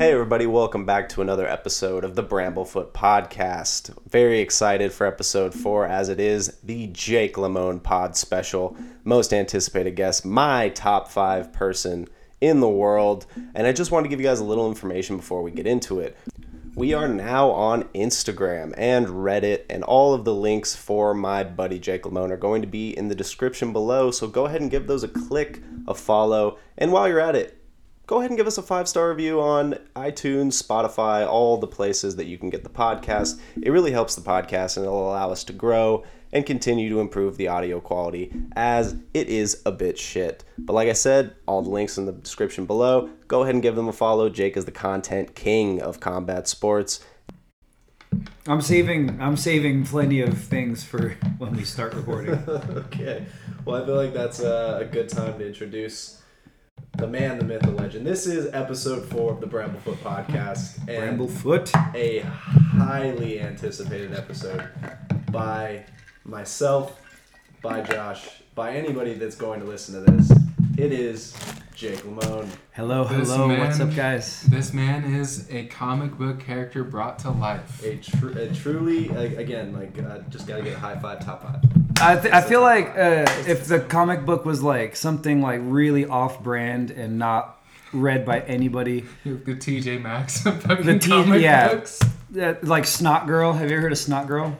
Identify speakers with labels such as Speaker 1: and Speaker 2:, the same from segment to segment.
Speaker 1: Hey, everybody, welcome back to another episode of the Bramblefoot Podcast. Very excited for episode four, as it is the Jake Lamone Pod special. Most anticipated guest, my top five person in the world. And I just want to give you guys a little information before we get into it. We are now on Instagram and Reddit, and all of the links for my buddy Jake Lamone are going to be in the description below. So go ahead and give those a click, a follow, and while you're at it, go ahead and give us a five star review on iTunes, Spotify, all the places that you can get the podcast. It really helps the podcast and it'll allow us to grow and continue to improve the audio quality as it is a bit shit. But like I said, all the links in the description below. Go ahead and give them a follow. Jake is the content king of combat sports.
Speaker 2: I'm saving I'm saving plenty of things for when we start recording.
Speaker 1: Okay. Well, I feel like that's uh, a good time to introduce the man, the myth, the legend. This is episode four of the Bramblefoot podcast. And
Speaker 2: Bramblefoot.
Speaker 1: a highly anticipated episode by myself, by Josh, by anybody that's going to listen to this. It is Jake Lamone.
Speaker 2: Hello,
Speaker 3: This
Speaker 2: hello. What's
Speaker 3: man-
Speaker 2: up, guys?
Speaker 3: This man is a comic book character brought to life.
Speaker 1: A, tr- a truly, a- again, like, uh, just gotta get a high five, top five.
Speaker 2: I, th- I feel like uh, if the comic book was like something like really off brand and not read by anybody,
Speaker 3: The TJ Maxx of fucking
Speaker 2: The T-
Speaker 3: comic
Speaker 2: yeah.
Speaker 3: books.
Speaker 2: that- uh, like Snot Girl. Have you ever heard of Snot Girl?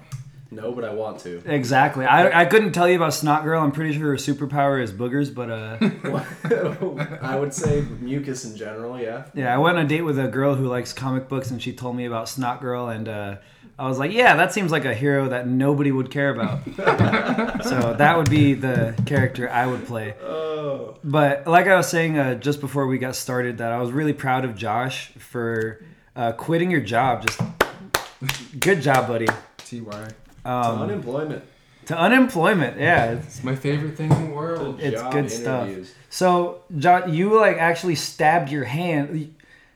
Speaker 1: No, but I want to.
Speaker 2: Exactly. I, I couldn't tell you about Snot Girl. I'm pretty sure her superpower is boogers, but uh,
Speaker 1: I would say mucus in general, yeah.
Speaker 2: yeah, I went on a date with a girl who likes comic books, and she told me about Snot Girl, and uh, I was like, yeah, that seems like a hero that nobody would care about. so that would be the character I would play.
Speaker 1: Oh,
Speaker 2: But like I was saying uh, just before we got started, that I was really proud of Josh for uh, quitting your job. Just good job, buddy.
Speaker 3: TY.
Speaker 2: Um,
Speaker 1: to unemployment.
Speaker 2: To unemployment, yeah. It's,
Speaker 3: It's my favorite thing in the world.
Speaker 2: it's
Speaker 1: Job
Speaker 2: good stuff.
Speaker 1: interviews.
Speaker 2: So, John, you like actually stabbed your hand.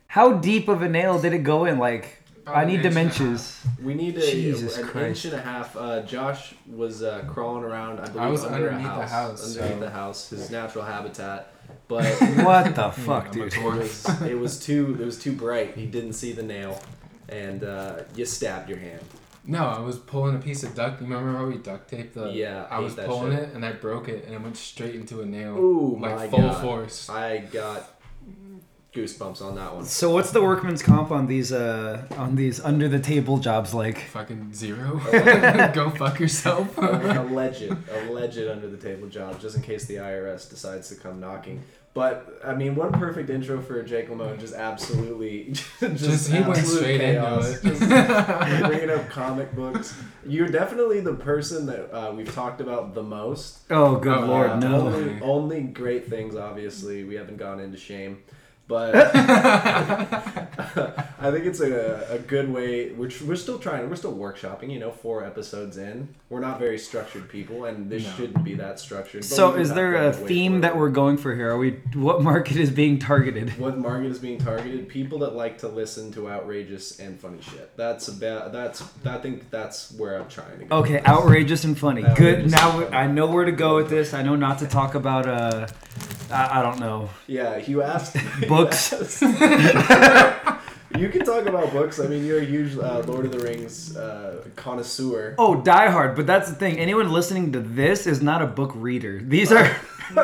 Speaker 2: How deep of a nail did it go in? Like,
Speaker 3: About
Speaker 2: I
Speaker 3: an
Speaker 2: need
Speaker 3: inch and a
Speaker 2: dimensions.
Speaker 1: We need a,
Speaker 2: Jesus
Speaker 1: an
Speaker 2: Christ.
Speaker 1: inch and a half. Uh, Josh was uh, crawling around. I believe
Speaker 3: was
Speaker 1: under a
Speaker 3: underneath the
Speaker 1: house,
Speaker 3: house,
Speaker 1: underneath
Speaker 3: so-
Speaker 1: the house, his natural habitat. But
Speaker 2: What the fuck,
Speaker 3: I'm a
Speaker 2: dude?
Speaker 1: it was it was too it was too bright. He didn't see the nail, and uh, you stabbed your hand.
Speaker 3: No, I was pulling a piece of duct. You remember how we duct taped the?
Speaker 1: Yeah, I
Speaker 3: I was
Speaker 1: hate that
Speaker 3: pulling
Speaker 1: shit.
Speaker 3: it and I broke it and it went straight into a nail.
Speaker 1: Ooh,
Speaker 3: like
Speaker 1: my
Speaker 3: full
Speaker 1: God.
Speaker 3: force.
Speaker 1: I got goosebumps on that one.
Speaker 2: So, what's the workman's comp on these uh, on these under the table jobs like?
Speaker 3: Fucking zero. Go fuck yourself.
Speaker 1: alleged, alleged under the table job, just in case the IRS decides to come knocking. But I mean, what a perfect intro for Jake Lamone. Just absolutely, just,
Speaker 3: Just he went
Speaker 1: absolute
Speaker 3: straight
Speaker 1: chaos.
Speaker 3: into it.
Speaker 1: Just bringing up comic books. You're definitely the person that uh, we've talked about the most.
Speaker 2: Oh, good
Speaker 3: Oh,
Speaker 2: lord,
Speaker 1: Uh,
Speaker 2: no.
Speaker 1: Only, only great things, obviously. We haven't gone into shame. But I think it's a, a good way. We're, tr- we're still trying. We're still workshopping, you know, four episodes in. We're not very structured people, and this
Speaker 3: No.
Speaker 1: shouldn't be that structured. but
Speaker 2: So,
Speaker 1: we
Speaker 2: is
Speaker 1: got
Speaker 2: there
Speaker 1: that
Speaker 2: a
Speaker 1: way
Speaker 2: theme that
Speaker 1: forward.
Speaker 2: we're going for here? Are we what market is being targeted?
Speaker 1: What market is being targeted? People that like to listen to outrageous and funny shit. That's about. That's. I think that's where I'm trying to go.
Speaker 2: Okay, outrageous and funny. Good.
Speaker 1: Outrageous
Speaker 2: Now
Speaker 1: and
Speaker 2: we-
Speaker 1: funny.
Speaker 2: I know where to go with this. I know not to talk about uh, I, I don't know.
Speaker 1: Yeah, you asked
Speaker 2: Books.
Speaker 1: You, asked- you can talk about books. I mean, you're a huge uh, Lord of the Rings uh, connoisseur.
Speaker 2: Oh, Die Hard. But that's the thing. Anyone listening to this is not a book reader. These are.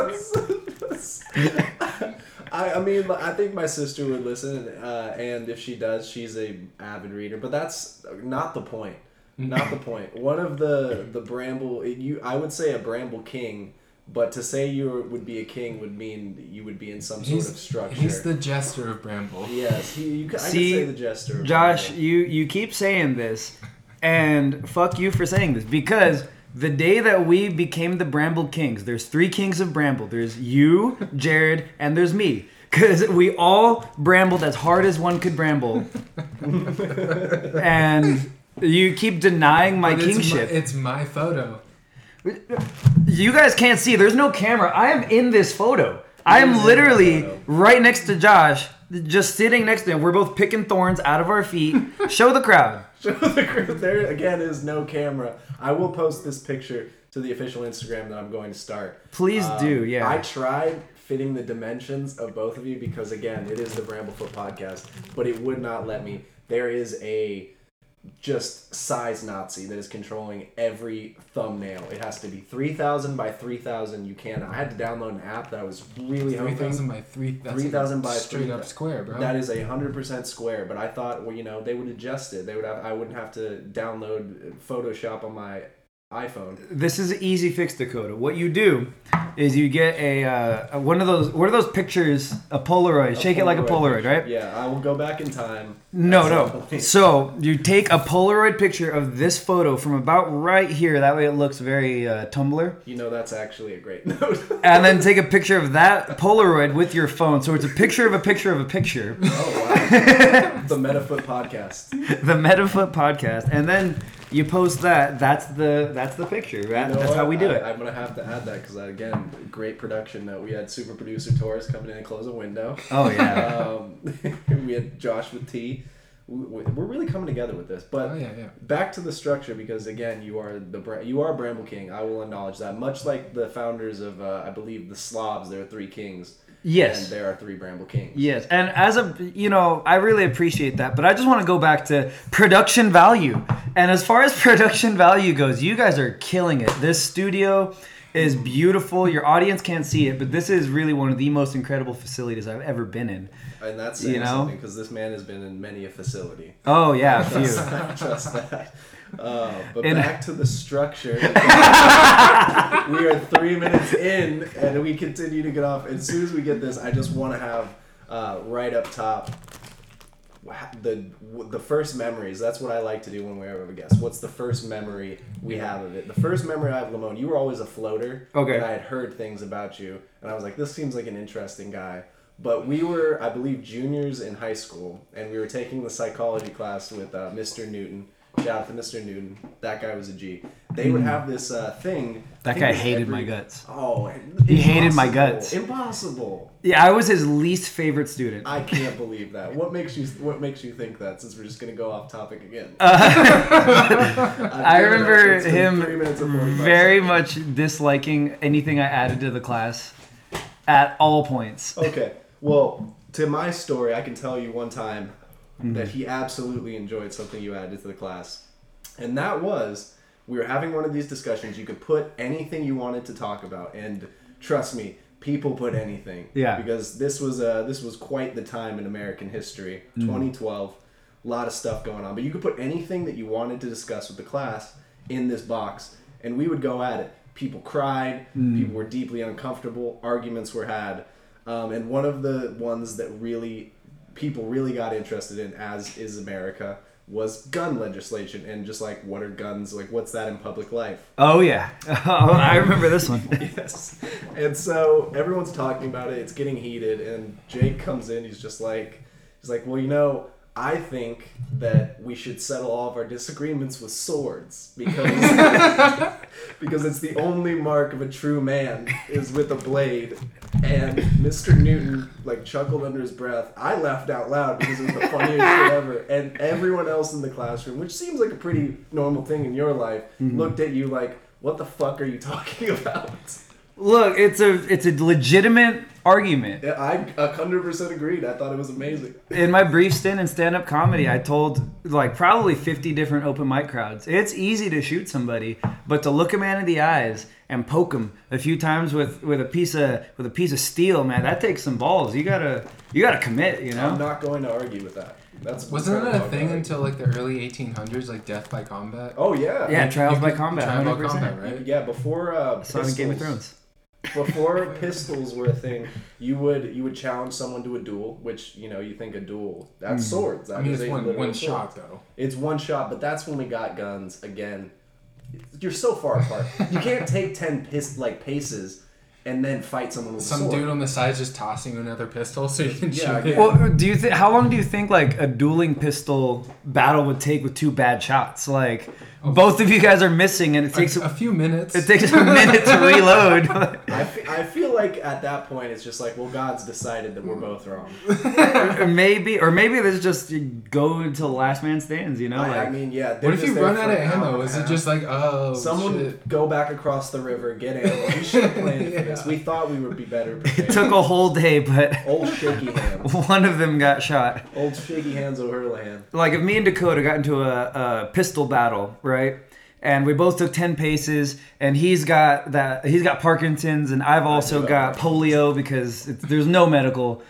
Speaker 1: I, I mean, I think my sister would listen, uh, and if she does, she's a avid reader. But that's not the point. Not the point. One of the the bramble you I would say a bramble king, but to say you would be a king would mean you would be in some sort
Speaker 3: he's,
Speaker 1: of structure.
Speaker 3: he's the jester of Bramble.
Speaker 1: yes, he, you, could- I
Speaker 2: See,
Speaker 1: could say the jester.
Speaker 2: Josh, you you keep saying this, and fuck you for saying this because the day that we became the Bramble Kings, there's three kings of Bramble. There's you, Jared, and there's me. Cause we all brambled as hard as one could bramble, and you keep denying my
Speaker 3: But it's
Speaker 2: kingship.
Speaker 3: My, it's my photo.
Speaker 2: You guys can't see. There's no camera. I am in this photo. I am literally
Speaker 1: photo.
Speaker 2: right next to Josh, just sitting next to him. We're both picking thorns out of our feet. Show the crowd.
Speaker 1: Show the crew. There again is no camera. I will post this picture to the official Instagram that I'm going to start.
Speaker 2: Please
Speaker 1: Um,
Speaker 2: do, yeah.
Speaker 1: I tried fitting the dimensions of both of you because again, it is the Bramblefoot podcast, but it would not let me. There is a just size Nazi that is controlling every thumbnail. It has to be 3000 by 3000. You can't. I had to download an app that I was really
Speaker 3: Three
Speaker 1: hoping.
Speaker 3: thousand by three. That's a
Speaker 1: 3,000 by
Speaker 3: straight up
Speaker 1: 3,000.
Speaker 3: square, bro.
Speaker 1: That is a hundred percent square, but I thought, well, you know, they would adjust it. They would have. I wouldn't have to download Photoshop on my iPhone.
Speaker 2: This is an easy fix, Dakota. What you do is you get a uh, one of those. What are those pictures? A Polaroid. Shake it like a Polaroid, right?
Speaker 1: Yeah, I will go back in time.
Speaker 2: Eh. No,
Speaker 1: That's
Speaker 2: no.
Speaker 1: the point.
Speaker 2: So you take a Polaroid picture of this photo from about right here. That way it looks very uh, Tumblr.
Speaker 1: You know, that's actually a great note.
Speaker 2: And then take a picture of that Polaroid with your phone. So it's a picture of a picture of a picture.
Speaker 1: oh wow, the Metafoot podcast.
Speaker 2: The MetaFoot podcast, and then you post that. That's the that's the picture. That,
Speaker 1: You know
Speaker 2: that's how
Speaker 1: what?
Speaker 2: we do
Speaker 1: I,
Speaker 2: it.
Speaker 1: I'm gonna have to add that because again, great production note. We had super producer Torres coming in and close a window.
Speaker 2: oh yeah.
Speaker 1: Um, we had Josh with T. We- we- We're really coming together with this, but
Speaker 3: Oh yeah, yeah.
Speaker 1: back to the structure because again you are the Bra- you are bramble king i will acknowledge that much like the founders of uh, i believe the slavs there are three kings
Speaker 2: Yes.
Speaker 1: and there are three bramble kings
Speaker 2: Yes, and as a you know, I really appreciate that, but I just want to go back to production value. And as far as production value goes, you guys are killing it. This studio is beautiful. Your audience can't see it, but this is really one of the most incredible facilities I've ever been in.
Speaker 1: and that's saying
Speaker 2: You know?
Speaker 1: something because this man has been in many a facility
Speaker 2: Oh yeah, a few.
Speaker 1: trust that uh, but
Speaker 2: And-
Speaker 1: back to the structure we are three minutes in and we continue to get off as soon as we get this i just want to have uh, right up top wha- the the first memories. That's what I like to do when we have a guest. What's the first memory we have of it? The first memory I have, Lamone, you were always a floater.
Speaker 2: Okay.
Speaker 1: And I had heard things about you, and I was like, this seems like an interesting guy. But we were, I believe, juniors in high school, and we were taking the psychology class with uh, Mr. Newton. Shout out to Mr. Newton. That guy was a G. They would have this uh, thing. I
Speaker 2: Hmm. That
Speaker 1: think
Speaker 2: guy
Speaker 1: it was
Speaker 2: hated
Speaker 1: every-
Speaker 2: my guts.
Speaker 1: Oh,
Speaker 2: He hated my
Speaker 1: impossible.
Speaker 2: guts.
Speaker 1: Impossible.
Speaker 2: Yeah, I was his least favorite student.
Speaker 1: I can't believe that. What makes you What makes you think that? Since we're just gonna go off topic again.
Speaker 2: Uh, I remember
Speaker 1: It's been three
Speaker 2: him
Speaker 1: minutes and 45
Speaker 2: very
Speaker 1: seconds.
Speaker 2: much disliking anything I added to the class at all points.
Speaker 1: Okay. Well, to my story, I can tell you one time
Speaker 2: Mm-hmm.
Speaker 1: that he absolutely enjoyed something you added to the class, and that was we were having one of these discussions. You could put anything you wanted to talk about, and trust me, people put anything.
Speaker 2: Yeah.
Speaker 1: Because this was uh, this was quite the time in American history, 2012. A lot of stuff going on, but you could put anything that you wanted to discuss with the class in this box, and we would go at it. People cried. People were deeply uncomfortable. Arguments were had, um, and one of the ones that really people really got interested in, as is America, was gun legislation and just like what are guns like? What's that in public life?
Speaker 2: Oh yeah, I remember this one.
Speaker 1: yes. And so everyone's talking about it. It's getting heated, and Jake comes in. He's just like, he's like, well, you know, I think that we should settle all of our disagreements with swords because because it's the only mark of a true man is with a blade. And Mr. Newton like chuckled under his breath. I laughed out loud because it was the funniest shit ever. And everyone else in the classroom, which seems like a pretty normal thing in your life, looked at you like, "What the fuck are you talking about?"
Speaker 2: Look, it's a it's a legitimate argument.
Speaker 1: Yeah, I hundred percent agreed. I thought it was amazing.
Speaker 2: In my brief stint in stand up comedy, I told like probably 50 different open mic crowds. It's easy to shoot somebody, but to look a man in the eyes and poke him a few times with with a piece of with a piece of steel, man, that takes some balls. You gotta you gotta commit, you
Speaker 1: I'm
Speaker 2: know.
Speaker 1: not going to argue with that. That's
Speaker 3: Wasn't that a thing
Speaker 1: Right.
Speaker 3: until like the early 1800s, like death by combat?
Speaker 1: Oh yeah.
Speaker 2: Yeah, trials
Speaker 3: You
Speaker 2: by
Speaker 3: could-
Speaker 2: combat.
Speaker 3: trial by
Speaker 2: 100%.
Speaker 3: combat, right?
Speaker 1: Yeah, before uh,
Speaker 2: Saw it in Game of Thrones.
Speaker 1: before pistols were a thing, you would you would challenge someone to a duel, which you know you think a duel that's swords. That
Speaker 3: I mean,
Speaker 1: is
Speaker 3: it's
Speaker 1: a
Speaker 3: one
Speaker 1: literal
Speaker 3: one
Speaker 1: sword.
Speaker 3: shot though.
Speaker 1: It's one shot, but that's when we got guns again. You're so far apart. you can't take ten pis- like paces and then fight someone with a
Speaker 3: Some
Speaker 1: sword.
Speaker 3: dude on the side's just tossing you another pistol so you can
Speaker 1: Yeah,
Speaker 3: shoot it.
Speaker 1: yeah.
Speaker 2: Well, do you think how long do you think like a dueling pistol battle would take with two bad shots? Like
Speaker 3: Oh.
Speaker 2: both of you guys are missing, and it takes
Speaker 3: a
Speaker 2: it
Speaker 3: few minutes.
Speaker 2: takes a minute to reload.
Speaker 1: I, fe- I feel like at that point it's just like, well, God's decided that we're both wrong.
Speaker 2: Or maybe, or maybe this just go until the last man stands. You know,
Speaker 1: I, I
Speaker 2: like
Speaker 1: mean, yeah. they're
Speaker 3: What if
Speaker 1: just
Speaker 3: you
Speaker 1: there
Speaker 3: run
Speaker 1: for
Speaker 3: out of
Speaker 1: an hour
Speaker 3: ammo?
Speaker 1: and a
Speaker 3: Is it
Speaker 1: half.
Speaker 3: just like, oh,
Speaker 1: someone
Speaker 3: shit.
Speaker 1: go back across the river, get ammo? We should have planned for this.
Speaker 3: Yeah.
Speaker 1: We thought we would be better
Speaker 2: it
Speaker 1: prepared.
Speaker 2: took a whole day, but
Speaker 1: Old shaky hand.
Speaker 2: one of them got shot.
Speaker 1: Old shaky hands O'Hurlihan.
Speaker 2: like if me and Dakota got into a, a pistol battle, right? And we both took ten paces, and he's got that he's got Parkinson's, and I've also got polio because it's, there's no medical.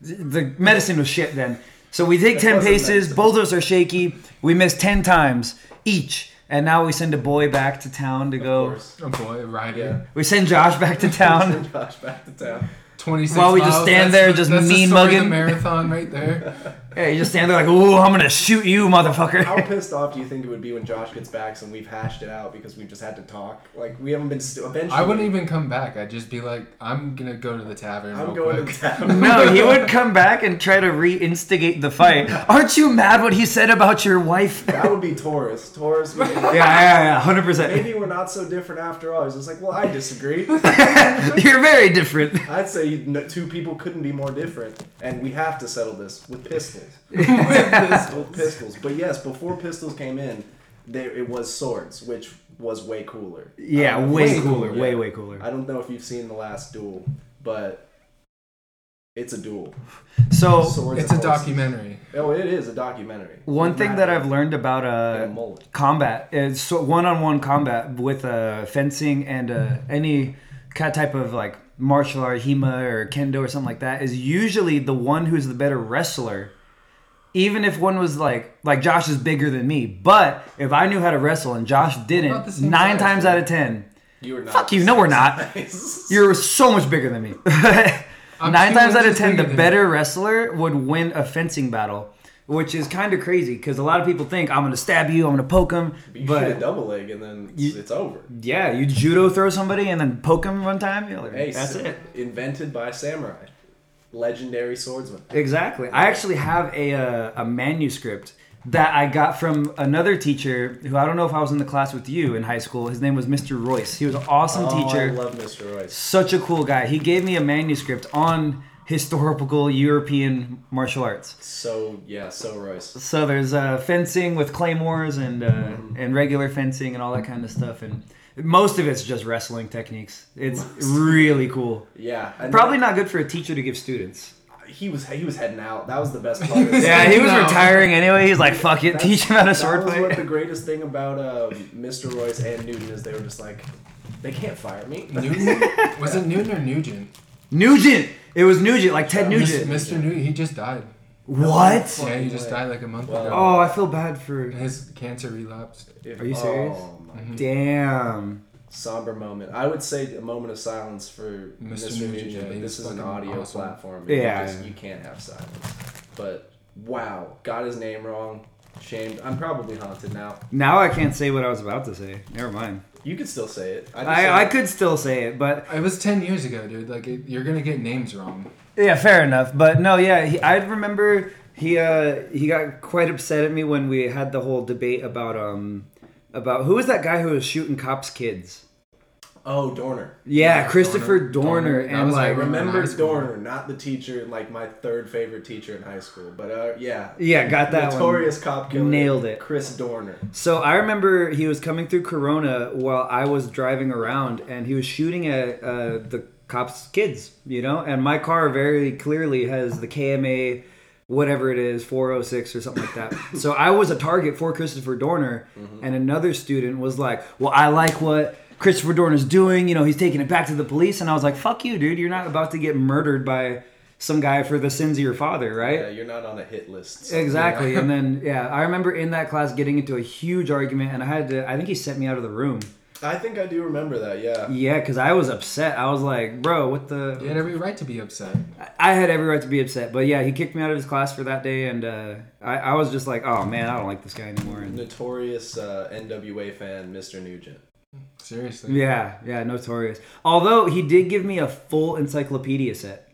Speaker 2: The medicine was shit then. So we take ten
Speaker 1: wasn't
Speaker 2: paces,
Speaker 1: medicine.
Speaker 2: both of us are shaky. We miss ten times each, and now we send a boy back to town to
Speaker 1: Of
Speaker 2: go.
Speaker 1: course.
Speaker 3: Oh boy, right
Speaker 1: Yeah.
Speaker 3: here.
Speaker 2: We send Josh back to town.
Speaker 1: Send Josh back to town.
Speaker 3: 26
Speaker 2: While we just
Speaker 3: miles,
Speaker 2: stand
Speaker 3: that's
Speaker 2: there
Speaker 3: the-
Speaker 2: just
Speaker 3: that's the
Speaker 2: mean
Speaker 3: story of
Speaker 2: mugging.
Speaker 3: the marathon right there.
Speaker 2: yeah, you just stand there like, "Ooh, I'm gonna shoot you, motherfucker."
Speaker 1: How pissed off do you think it would be when Josh gets back and we've hashed it out because we've just had to talk? Like we haven't been. St- eventually,
Speaker 3: I wouldn't even come back. I'd just be like, I'm gonna go to the tavern.
Speaker 1: I'm
Speaker 3: real
Speaker 1: going
Speaker 3: quick.
Speaker 1: to town.
Speaker 2: No, he would come back and try to reinstigate the fight. Aren't you mad what he said about your wife? yeah,
Speaker 1: That would be Taurus. Taurus. would be-
Speaker 2: yeah, yeah, hundred percent.
Speaker 1: Maybe we're not so different after all. He's just like, well, I disagree.
Speaker 2: You're very different.
Speaker 1: I'd say you- no, two people couldn't be more different, and we have to settle this with pistols. with pistols. But yes, before pistols came in, there it was swords, which was way cooler. Um,
Speaker 2: Yeah,
Speaker 1: I don't know if
Speaker 2: Uh, way
Speaker 1: you've seen-
Speaker 2: cooler, way,
Speaker 1: yeah.
Speaker 2: way cooler.
Speaker 1: I don't know if you've seen the last duel, but it's a duel.
Speaker 2: So
Speaker 1: Swords
Speaker 3: It's a
Speaker 1: and horses.
Speaker 3: documentary.
Speaker 1: Oh, it is a documentary.
Speaker 2: one
Speaker 1: It's
Speaker 2: thing
Speaker 1: not
Speaker 2: that
Speaker 1: a-
Speaker 2: I've learned about
Speaker 1: a
Speaker 2: uh,
Speaker 1: mullet.
Speaker 2: combat is so one-on-one combat with uh, fencing and uh,
Speaker 3: Mm-hmm.
Speaker 2: any ki- type of like martial art, hema or kendo or something like that is usually the one who's the better wrestler. Even if one was like like Josh is bigger than me, but if I knew how to wrestle and Josh
Speaker 3: about the
Speaker 2: didn't,
Speaker 3: same
Speaker 2: nine
Speaker 3: size,
Speaker 2: times
Speaker 3: though?
Speaker 2: out of ten,
Speaker 1: You are not.
Speaker 2: fuck you. No, we're not. You're so much bigger than me. Nine
Speaker 3: two
Speaker 2: times out of
Speaker 3: inches
Speaker 2: ten, the
Speaker 3: bigger than
Speaker 2: better wrestler would win a fencing battle, which is kind of crazy because a lot of people think I'm gonna stab you, I'm gonna poke him,
Speaker 1: You shoot a
Speaker 2: but
Speaker 1: double leg and then it's,
Speaker 2: You-
Speaker 1: it's over.
Speaker 2: yeah, you judo throw somebody and then poke him one time. You're like,
Speaker 1: Hey,
Speaker 2: that's
Speaker 1: s-
Speaker 2: it.
Speaker 1: Invented by samurai, legendary swordsman.
Speaker 2: Exactly. I actually have a uh, a manuscript that I got from another teacher who I don't know if I was in the class with you in high school. His name was Mr. Royce. He was an awesome
Speaker 1: Oh,
Speaker 2: teacher.
Speaker 1: I love Mr. Royce.
Speaker 2: such a cool guy. He gave me a manuscript on historical European martial arts.
Speaker 1: So yeah, so Royce.
Speaker 2: So there's uh, fencing with claymores and uh,
Speaker 1: Mm-hmm.
Speaker 2: and regular fencing and all that kind of stuff, and most of it's just wrestling techniques. It's really cool.
Speaker 1: Yeah, and
Speaker 2: Probably not good for a teacher to give students.
Speaker 1: he was he was heading out. That was the best part. Of
Speaker 2: Yeah, he was
Speaker 3: No.
Speaker 2: retiring anyway. He's like, fuck it, teach him how to sword
Speaker 1: That was what the
Speaker 2: fight.
Speaker 1: greatest thing about um, Mr. Royce and Newton is they were just like, they can't fire me.
Speaker 3: Newton? Was it Newton or Nugent?
Speaker 2: Nugent. It was Nugent, like Ted
Speaker 3: Mis-
Speaker 2: Nugent.
Speaker 3: Mr. Newton, he just died.
Speaker 2: What?
Speaker 3: Yeah, he
Speaker 1: Fucking
Speaker 3: just
Speaker 1: way.
Speaker 3: died like a month
Speaker 1: Wow.
Speaker 3: ago.
Speaker 2: Oh, I feel bad for.
Speaker 3: His cancer relapsed.
Speaker 1: If-
Speaker 2: Are you serious? Mm-hmm.
Speaker 1: Oh, my
Speaker 2: Damn.
Speaker 1: somber moment. I would say a moment of silence for Mr.
Speaker 3: Mr.
Speaker 1: Nugent,
Speaker 3: Nugent, yeah,
Speaker 1: but
Speaker 3: he
Speaker 1: this
Speaker 3: was
Speaker 1: is an
Speaker 3: fucking
Speaker 1: audio
Speaker 3: awesome.
Speaker 1: platform.
Speaker 2: Yeah.
Speaker 1: You, just, you can't have silence. But wow, got his name wrong. Shamed. I'm probably haunted now.
Speaker 2: Now I can't say what I was about to say. Never mind.
Speaker 1: You could still say it. just said
Speaker 2: I, I
Speaker 1: it.
Speaker 2: could still say it, but
Speaker 3: It was 10 years ago, dude. Like, it, you're gonna get names wrong.
Speaker 2: yeah, fair enough. But no, yeah, he, I remember he uh, he got quite upset at me when we had the whole debate about um about who was that guy who was shooting cops' kids?
Speaker 1: Oh, Dorner.
Speaker 2: Yeah, Christopher Dorner,
Speaker 3: Dorner. That
Speaker 2: and
Speaker 3: was
Speaker 2: like
Speaker 3: like- Remember in
Speaker 1: Remember
Speaker 3: high school.
Speaker 1: Dorner, not the teacher, like my third favorite teacher in high school. But uh, yeah,
Speaker 2: yeah, got that one.
Speaker 1: notorious cop killer.
Speaker 2: Nailed it.
Speaker 1: Chris Dorner.
Speaker 2: So I remember he was coming through Corona while I was driving around, and he was shooting at uh, the cops' kids, you know. And my car very clearly has the KMA, whatever it is, 406 or something like that. so I was a target for Christopher Dorner, and another student was like, "Well, I like what." Christopher Dorner's doing, you know, he's taking it back to the police, and I was like, "Fuck you, dude! You're not about to get murdered by some guy for the sins of your father, right?"
Speaker 1: Yeah, you're not on a hit list. so-
Speaker 2: Exactly. and then yeah, I remember in that class getting into a huge argument and I had to I think he sent me out of the room.
Speaker 1: I think I do remember that. Yeah.
Speaker 2: Yeah, cuz I was upset. I was like, "Bro, what the
Speaker 3: You had every right to be upset.
Speaker 2: I had every right to be upset." But yeah, he kicked me out of his class for that day and uh, I I was just like, "Oh man, I don't like this guy anymore." And,
Speaker 1: Notorious uh, NWA fan, Mr. Nugent.
Speaker 3: Seriously.
Speaker 2: yeah, yeah, notorious. Although he did give me a full encyclopedia set.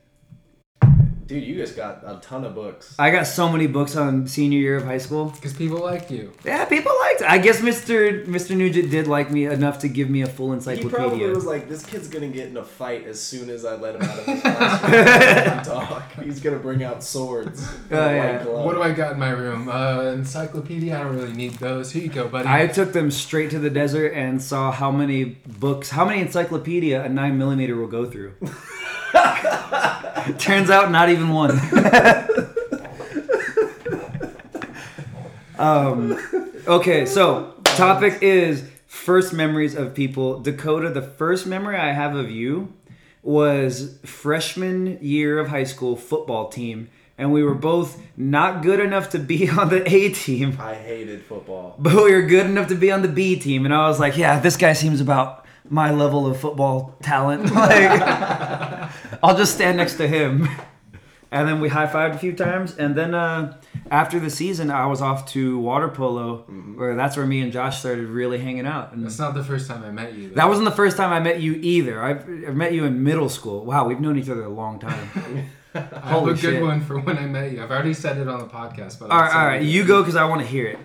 Speaker 4: Dude, you guys got a ton of books.
Speaker 2: I got so many books on senior year of high school.
Speaker 3: Because people like you.
Speaker 2: Yeah, people liked. I guess Mr. Mr. Nugent did like me enough to give me a full
Speaker 4: He probably
Speaker 2: encyclopedia.
Speaker 4: was like, "This kid's gonna get in a fight as soon as I let him out of his classroom and talk. He's gonna bring out swords." and a
Speaker 2: Oh,
Speaker 4: white
Speaker 2: yeah.
Speaker 4: glove."
Speaker 3: What do I got in my room? Uh, encyclopedia? I don't really need those. Here you go, buddy.
Speaker 2: I took them straight to the desert and saw how many books, how many encyclopedia a nine millimeter will go through. Turns out, not even one. um, okay, so topic is first memories of people. Dakota, the first memory I have of you was freshman year of high school football team, and we were both not good enough to be on the A team
Speaker 4: I hated football.
Speaker 2: but we were good enough to be on the B team. And I was like, yeah, this guy seems about my level of football talent. Like, I'll just stand next to him. And then we high fived a few times. And then uh, after the season, I was off to water polo, where that's where me and Josh started really hanging out. And
Speaker 3: Mm-hmm. That's not the first time I met you. though.
Speaker 2: that wasn't the first time I met you either. I've, I met you in middle school. Wow, we've known each other a long time.
Speaker 3: I have a
Speaker 2: holy
Speaker 3: good
Speaker 2: shit.
Speaker 3: one for when I met you. I've already said it on the podcast, but
Speaker 2: all
Speaker 3: I'll
Speaker 2: right,
Speaker 3: say
Speaker 2: all
Speaker 3: it
Speaker 2: right,
Speaker 3: again.
Speaker 2: you go because I want to hear it.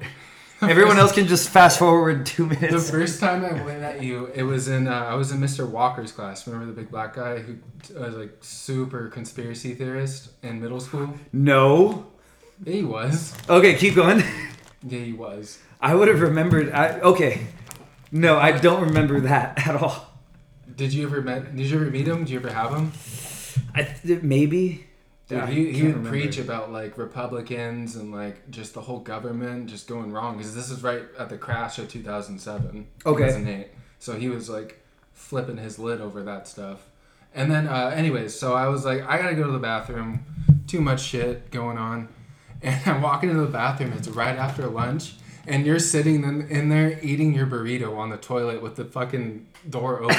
Speaker 2: Everyone else can just fast forward two
Speaker 3: The
Speaker 2: minutes.
Speaker 3: first time I went at you, it was in uh, I was in Mr. Walker's class. Remember the big black guy who t- was like super conspiracy theorist in middle school?
Speaker 2: No.
Speaker 3: Yeah, he was.
Speaker 2: Okay, keep going.
Speaker 3: Yeah, he was.
Speaker 2: I would have remembered. I, okay, no, I don't remember that at all.
Speaker 3: Did you ever met? Did you ever meet him? Did you ever have him?
Speaker 2: I th- maybe.
Speaker 3: Dude,
Speaker 2: I
Speaker 3: he, he
Speaker 2: can't
Speaker 3: would
Speaker 2: remember.
Speaker 3: preach about like Republicans and like just the whole government just going wrong because this is right at the crash of 2007.
Speaker 2: Okay.
Speaker 3: 2008. So he was like flipping his lid over that stuff. And then, uh, anyways, so I was like, I gotta go to the bathroom. Too much shit going on. And I'm walking into the bathroom. It's right after lunch. And you're sitting in, in there eating your burrito on the toilet with the fucking door open.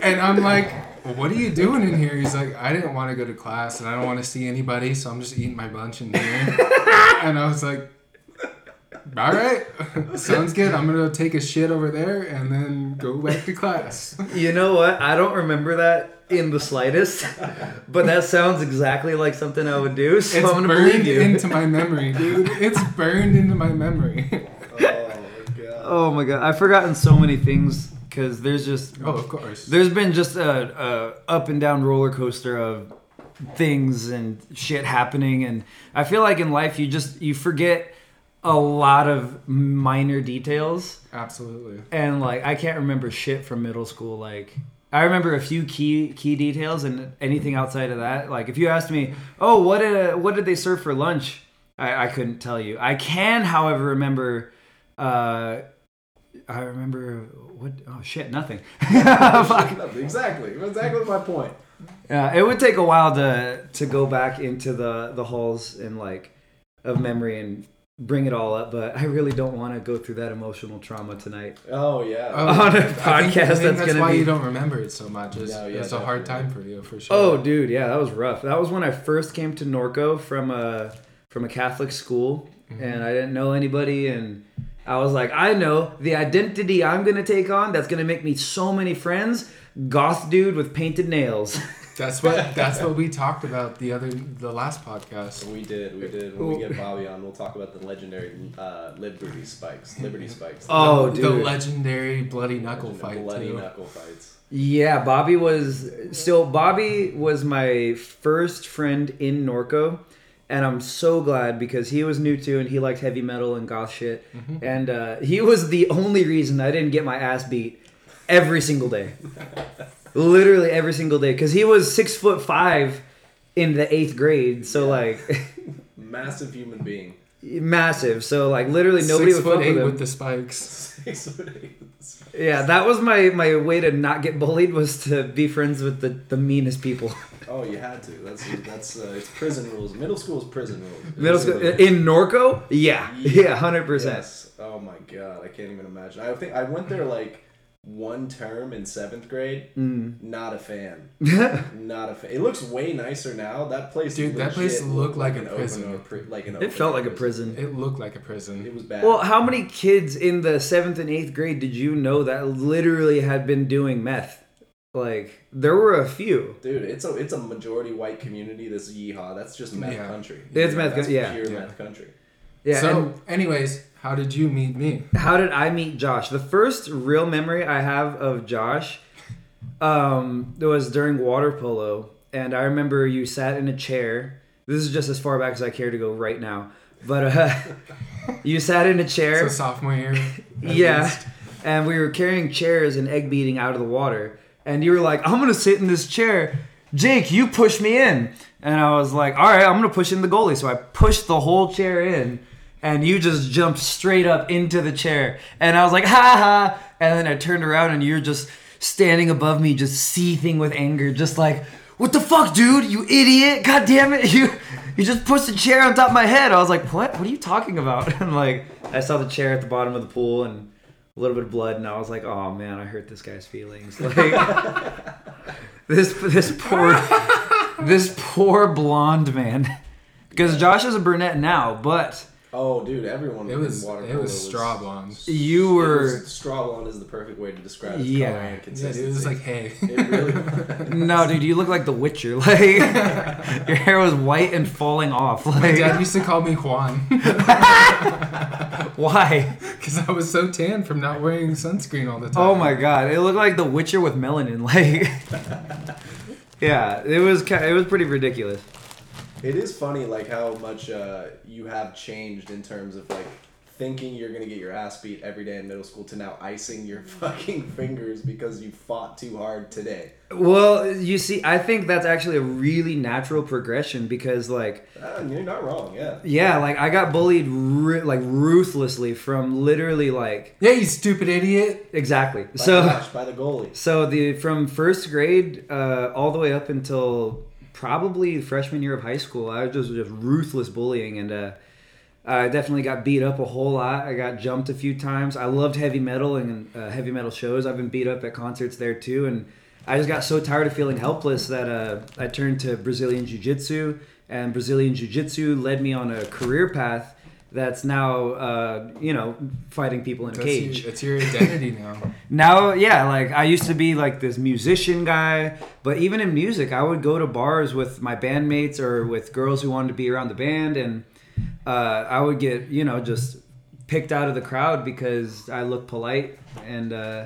Speaker 3: And I'm like, what are you doing in here? He's like, I didn't want to go to class and I don't want to see anybody, so I'm just eating my lunch in here. and I was like, all right, sounds good. I'm gonna take a shit over there and then go back to class.
Speaker 2: You know what? I don't remember that in the slightest. But that sounds exactly like something I would do. So
Speaker 3: It's
Speaker 2: I'm gonna
Speaker 3: burned
Speaker 2: believe you.
Speaker 3: into my memory, dude. It's burned into my memory.
Speaker 4: Oh my god.
Speaker 2: oh my god, I've forgotten so many things because there's just
Speaker 3: oh, of course.
Speaker 2: there's been just a, a up and down roller coaster of things and shit happening and i feel like in life you just you forget a lot of minor details
Speaker 3: Absolutely.
Speaker 2: and like i can't remember shit from middle school like i remember a few key key details and anything outside of that like if you asked me oh what did uh, what did they serve for lunch i, I couldn't tell you i can however remember uh I remember what? Oh shit! Nothing. Fuck.
Speaker 4: Exactly. Exactly my point.
Speaker 2: Yeah, Uh, it would take a while to to go back into the the halls and like of memory and bring it all up, but I really don't want to go through that emotional trauma tonight.
Speaker 4: Oh yeah.
Speaker 3: Oh,
Speaker 2: On a
Speaker 3: I think- I think
Speaker 2: podcast, that's
Speaker 3: that's
Speaker 2: gonna
Speaker 3: why
Speaker 2: be-
Speaker 3: you don't remember it so much. It's,
Speaker 4: No, yeah,
Speaker 3: it's a hard
Speaker 4: definitely.
Speaker 3: time for you, for sure.
Speaker 2: Oh, dude, yeah, that was rough. That was when I first came to Norco from a from a Catholic school, and I didn't know anybody, and I was like, I know the identity I'm gonna take on. That's gonna make me so many friends. Goth dude with painted nails.
Speaker 3: that's what that's what we talked about the other the last podcast.
Speaker 4: We did, we did. When we get Bobby on, we'll talk about the legendary uh, Liberty spikes. Liberty spikes.
Speaker 2: Oh,
Speaker 3: The
Speaker 2: dude.
Speaker 3: legendary bloody knuckle
Speaker 4: The
Speaker 3: fight
Speaker 4: bloody
Speaker 3: too.
Speaker 4: knuckle fights.
Speaker 2: Yeah, Bobby was still Bobby was my first friend in Norco, and I'm so glad because he was new too and he liked heavy metal and goth shit,
Speaker 3: Mm-hmm.
Speaker 2: and uh, he was the only reason I didn't get my ass beat every single day, literally every single day because he was six foot five in the eighth grade, so like
Speaker 4: Massive human being.
Speaker 2: massive, so like literally nobody
Speaker 3: Six
Speaker 2: would fuck
Speaker 3: foot eight
Speaker 2: with
Speaker 3: with,
Speaker 2: him.
Speaker 3: the spikes.
Speaker 4: Six foot eight with the spikes.
Speaker 2: yeah, that was my my way to not get bullied was to be friends with the the meanest people.
Speaker 4: Oh, you had to. That's that's uh, it's prison rules. Middle school is prison rules.
Speaker 2: Middle school in Norco? Yeah, yeah, hundred percent.
Speaker 4: Yes. Oh my god, I can't even imagine. I think I went there like one term in seventh grade. Not a fan. Not a fan. It looks way nicer now. That place,
Speaker 3: Dude, that place
Speaker 4: legit
Speaker 3: looked like
Speaker 4: an
Speaker 3: a
Speaker 4: open
Speaker 3: prison.
Speaker 4: or pri- like an open
Speaker 2: It felt like a
Speaker 4: prison.
Speaker 2: prison.
Speaker 3: It looked like a prison.
Speaker 4: It was bad.
Speaker 2: Well, how many kids in the seventh and eighth grade did you know that literally had been doing meth? Like there were a few.
Speaker 4: Dude, it's a it's a majority white community. This yeehaw. That's just meth
Speaker 3: Yeah.
Speaker 4: country.
Speaker 2: It's meth
Speaker 4: That's
Speaker 2: coun- yeah.
Speaker 4: pure
Speaker 3: Yeah.
Speaker 4: meth country.
Speaker 2: Yeah.
Speaker 3: so,
Speaker 2: and-
Speaker 3: anyways, how did you meet me?
Speaker 2: how did I meet Josh? The first real memory I have of Josh um, was during water polo, and I remember you sat in a chair. This is just as far back as I care to go right now, but uh, you sat in a chair.
Speaker 3: So sophomore year. at
Speaker 2: Yeah.
Speaker 3: least.
Speaker 2: And we were carrying chairs and egg beating out of the water. And you were like, I'm going to sit in this chair. Jake, you push me in. And I was like, all right, I'm going to push in the goalie. So I pushed the whole chair in. And you just jumped straight up into the chair. And I was like, ha ha. And then I turned around and you're just standing above me, just seething with anger, just like, what the fuck, dude? You idiot. God damn it. You you just pushed the chair on top of my head. I was like, what? What are you talking about? And like, I saw the chair at the bottom of the pool and a little bit of blood, and I was like, "Oh man, I hurt this guy's feelings." Like this this poor this poor blonde man, because Josh is a brunette now, but
Speaker 4: Oh, dude, everyone.
Speaker 3: It
Speaker 4: in
Speaker 3: was
Speaker 4: water
Speaker 3: it
Speaker 4: polo
Speaker 3: was straw blonde.
Speaker 2: you
Speaker 4: it was-
Speaker 2: were
Speaker 4: straw blonde is the perfect way to describe its
Speaker 2: Yeah.
Speaker 4: color and
Speaker 3: Yeah,
Speaker 4: consistency.
Speaker 3: dude, it was like hey.
Speaker 4: It really was.
Speaker 2: no, dude. You look like the Witcher. Like your hair was white and falling off.
Speaker 3: My dad
Speaker 2: Like
Speaker 3: used to call me Juan
Speaker 2: why?
Speaker 3: because I was so tan from not wearing sunscreen all the time.
Speaker 2: Oh my god, it looked like The Witcher with melanin. Like, yeah, it was ki- it was pretty ridiculous.
Speaker 4: It is funny, like how much uh, you have changed in terms of like thinking you're gonna get your ass beat every day in middle school to now icing your fucking fingers because you fought too hard today.
Speaker 2: Well, you see, I think that's actually a really natural progression because, like,
Speaker 4: Uh, you're not wrong. Yeah.
Speaker 2: yeah, like I got bullied ru- like ruthlessly from literally like
Speaker 3: Yeah, you stupid idiot.
Speaker 2: exactly.
Speaker 4: By
Speaker 2: so,
Speaker 4: the rush, by the goalie.
Speaker 2: so the from first grade uh, all the way up until probably freshman year of high school, I was just just ruthless bullying, and uh, I definitely got beat up a whole lot. I got jumped a few times. I loved heavy metal and uh, heavy metal shows. I've been beat up at concerts there too, and I just got so tired of feeling helpless that uh, I turned to Brazilian jiu jitsu, and Brazilian jiu jitsu led me on a career path. That's now, uh, you know, fighting people in a
Speaker 3: That's
Speaker 2: cage
Speaker 3: Your, that's your identity now.
Speaker 2: now yeah like i used to be like this musician guy but even in music i would go to bars with my bandmates or with girls who wanted to be around the band and uh, i would get you know just picked out of the crowd because i look polite and uh,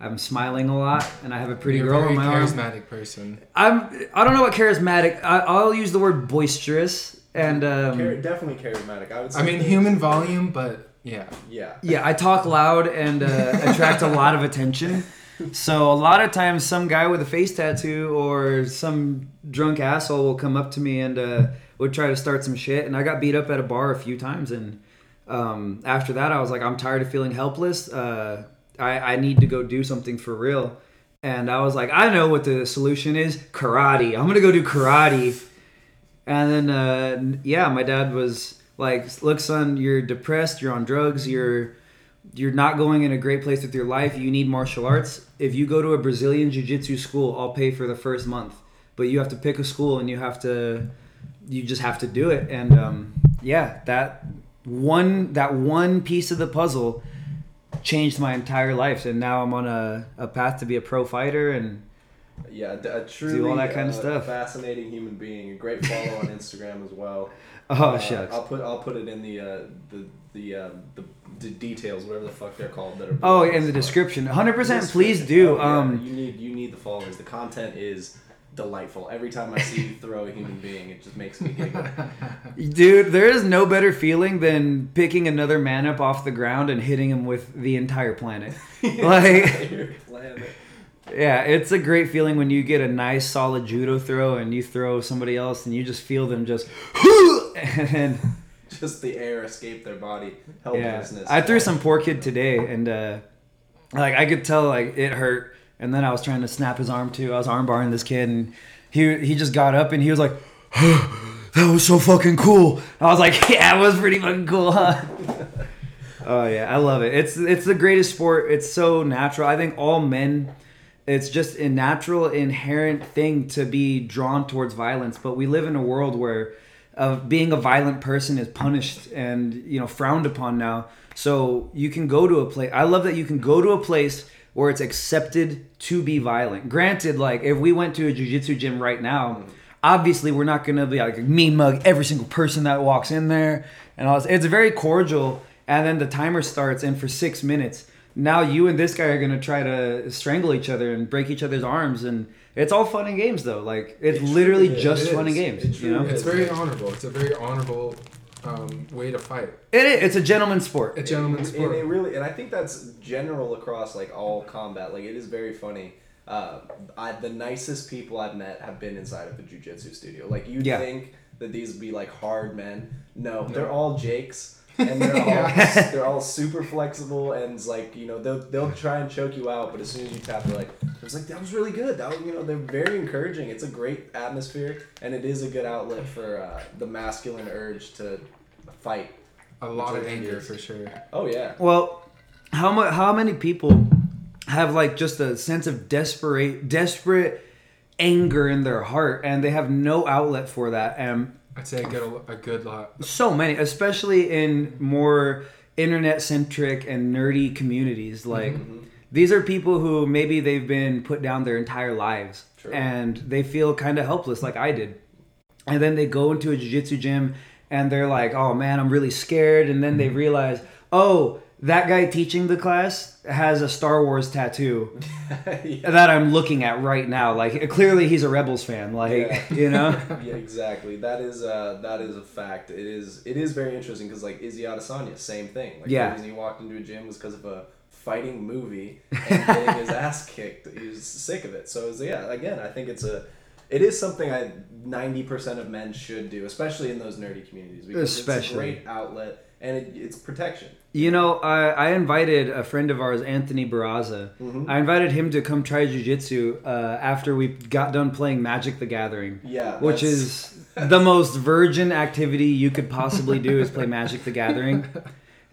Speaker 2: i'm smiling a lot and i have a pretty
Speaker 3: You're
Speaker 2: girl
Speaker 3: a very
Speaker 2: on my arm
Speaker 3: charismatic person.
Speaker 2: i'm i don't know what charismatic I, i'll use the word boisterous and um,
Speaker 4: Char- definitely charismatic. I would. Say
Speaker 3: I mean,
Speaker 4: that-
Speaker 3: human volume, but yeah.
Speaker 4: Yeah.
Speaker 2: Yeah, I talk loud and uh, attract a lot of attention. So a lot of times, some guy with a face tattoo or some drunk asshole will come up to me and uh, would try to start some shit. And I got beat up at a bar a few times. And um, after that, I was like, I'm tired of feeling helpless. Uh, I, I need to go do something for real. And I was like, I know what the solution is: karate. I'm gonna go do karate. And then, uh, n- yeah, my dad was like, "Look, son, you're depressed. You're on drugs. You're you're not going in a great place with your life. You need martial arts. If you go to a Brazilian jiu-jitsu school, I'll pay for the first month. But you have to pick a school, and you have to you just have to do it." And um, yeah, that one that one piece of the puzzle changed my entire life, and now I'm on a, a path to be a pro fighter and.
Speaker 4: Yeah. d- A truly
Speaker 2: all that kind of
Speaker 4: uh,
Speaker 2: stuff.
Speaker 4: Fascinating human being. A great follow on Instagram as well.
Speaker 2: Oh
Speaker 4: Uh,
Speaker 2: shucks!
Speaker 4: I'll put I'll put it in the uh, the the, um, the the details, whatever the fuck they're called. That are
Speaker 2: Oh,
Speaker 4: below
Speaker 2: in
Speaker 4: this
Speaker 2: the
Speaker 4: one.
Speaker 2: description, 100%.
Speaker 4: Yes,
Speaker 2: Please
Speaker 4: yes.
Speaker 2: do.
Speaker 4: Oh, yeah,
Speaker 2: Um,
Speaker 4: you need you need the followers. The content is delightful. Every time I see you throw a human being, it just makes me giggle.
Speaker 2: Dude, there is no better feeling than picking another man up off the ground and hitting him with the entire planet. Like,
Speaker 4: You're glad that-
Speaker 2: yeah, it's a great feeling when you get a nice solid judo throw and you throw somebody else and you just feel them just. and
Speaker 4: just the air escaped their body.
Speaker 1: Oh
Speaker 2: yeah,
Speaker 4: Helplessness.
Speaker 2: I threw some poor kid today and uh, like I could tell like it hurt. And then I was trying to snap his arm too. I was arm barring this kid and he he just got up and he was like, "That was so fucking cool." I was like, "Yeah, it was pretty fucking cool, huh?" Oh yeah, I love it. It's it's the greatest sport. It's so natural. I think all men it's just a natural inherent thing to be drawn towards violence, but we live in a world where uh, being a violent person is punished and you know frowned upon now. So you can go to a place. I love that you can go to a place where it's accepted to be violent. Granted, like if we went to a jujitsu gym right now, obviously we're not gonna be like mean mug every single person that walks in there and all this. It's very cordial, and then the timer starts, and for six minutes, now you and this guy are gonna try to strangle each other and break each other's arms, and it's all fun and games though. Like it's literally
Speaker 1: is.
Speaker 2: just
Speaker 3: It
Speaker 2: fun and
Speaker 3: is.
Speaker 2: games.
Speaker 1: It
Speaker 2: you know,
Speaker 1: truly
Speaker 3: It's
Speaker 1: is.
Speaker 3: very honorable. It's a very honorable um, way to fight.
Speaker 2: It is. It's a gentleman's sport.
Speaker 3: A gentleman's
Speaker 1: And- And it
Speaker 3: sport.
Speaker 1: really, and I think that's general across like all combat. Like it is very funny. Uh, I, the nicest people I've met have been inside of a jujitsu studio. Like you'd
Speaker 2: Yeah.
Speaker 1: think that these would be like hard men. No, they're all jakes, and they're all they're all super flexible and it's like you know they'll they'll try and choke you out, but as soon as you tap, they're like, I was like that was really good. That was, you know they're very encouraging. It's a great atmosphere, and it is a good outlet for uh, the masculine urge to fight.
Speaker 3: A lot of
Speaker 1: Which I think
Speaker 3: anger
Speaker 1: is-
Speaker 3: for sure.
Speaker 1: Oh yeah.
Speaker 2: Well, how mu- how many people have like just a sense of desperate desperate anger in their heart and they have no outlet for that and
Speaker 3: I'd say a good a good lot.
Speaker 2: so many especially in more internet centric and nerdy communities
Speaker 1: Mm-hmm.
Speaker 2: like these are people who maybe they've been put down their entire lives
Speaker 1: True.
Speaker 2: and they feel kind of helpless like I did and then they go into a jiu-jitsu gym and they're like oh man i'm really scared and then they
Speaker 1: Mm-hmm.
Speaker 2: realize oh that guy teaching the class has a star wars tattoo that i'm looking at right now like clearly he's a rebels fan like
Speaker 1: Yeah.
Speaker 2: you know
Speaker 1: yeah, exactly. That is uh, that is a fact. It is it is very interesting because like Izzy Adesanya, same thing. Like
Speaker 2: Yeah.
Speaker 1: the reason he walked into a gym was because of a fighting movie and getting his ass kicked. He was sick of it. So it was, yeah, again, I think it's a it is something I ninety percent of men should do, especially in those nerdy communities because it's a
Speaker 2: Especially.
Speaker 1: great outlet and it, it's protection.
Speaker 2: You know, I, I invited a friend of ours, Anthony Barraza.
Speaker 1: Mm-hmm.
Speaker 2: I invited him to come try jujitsu uh, after we got done playing Magic the Gathering.
Speaker 1: Yeah,
Speaker 2: Which
Speaker 1: that's-
Speaker 2: is the most virgin activity you could possibly do is play Magic the Gathering.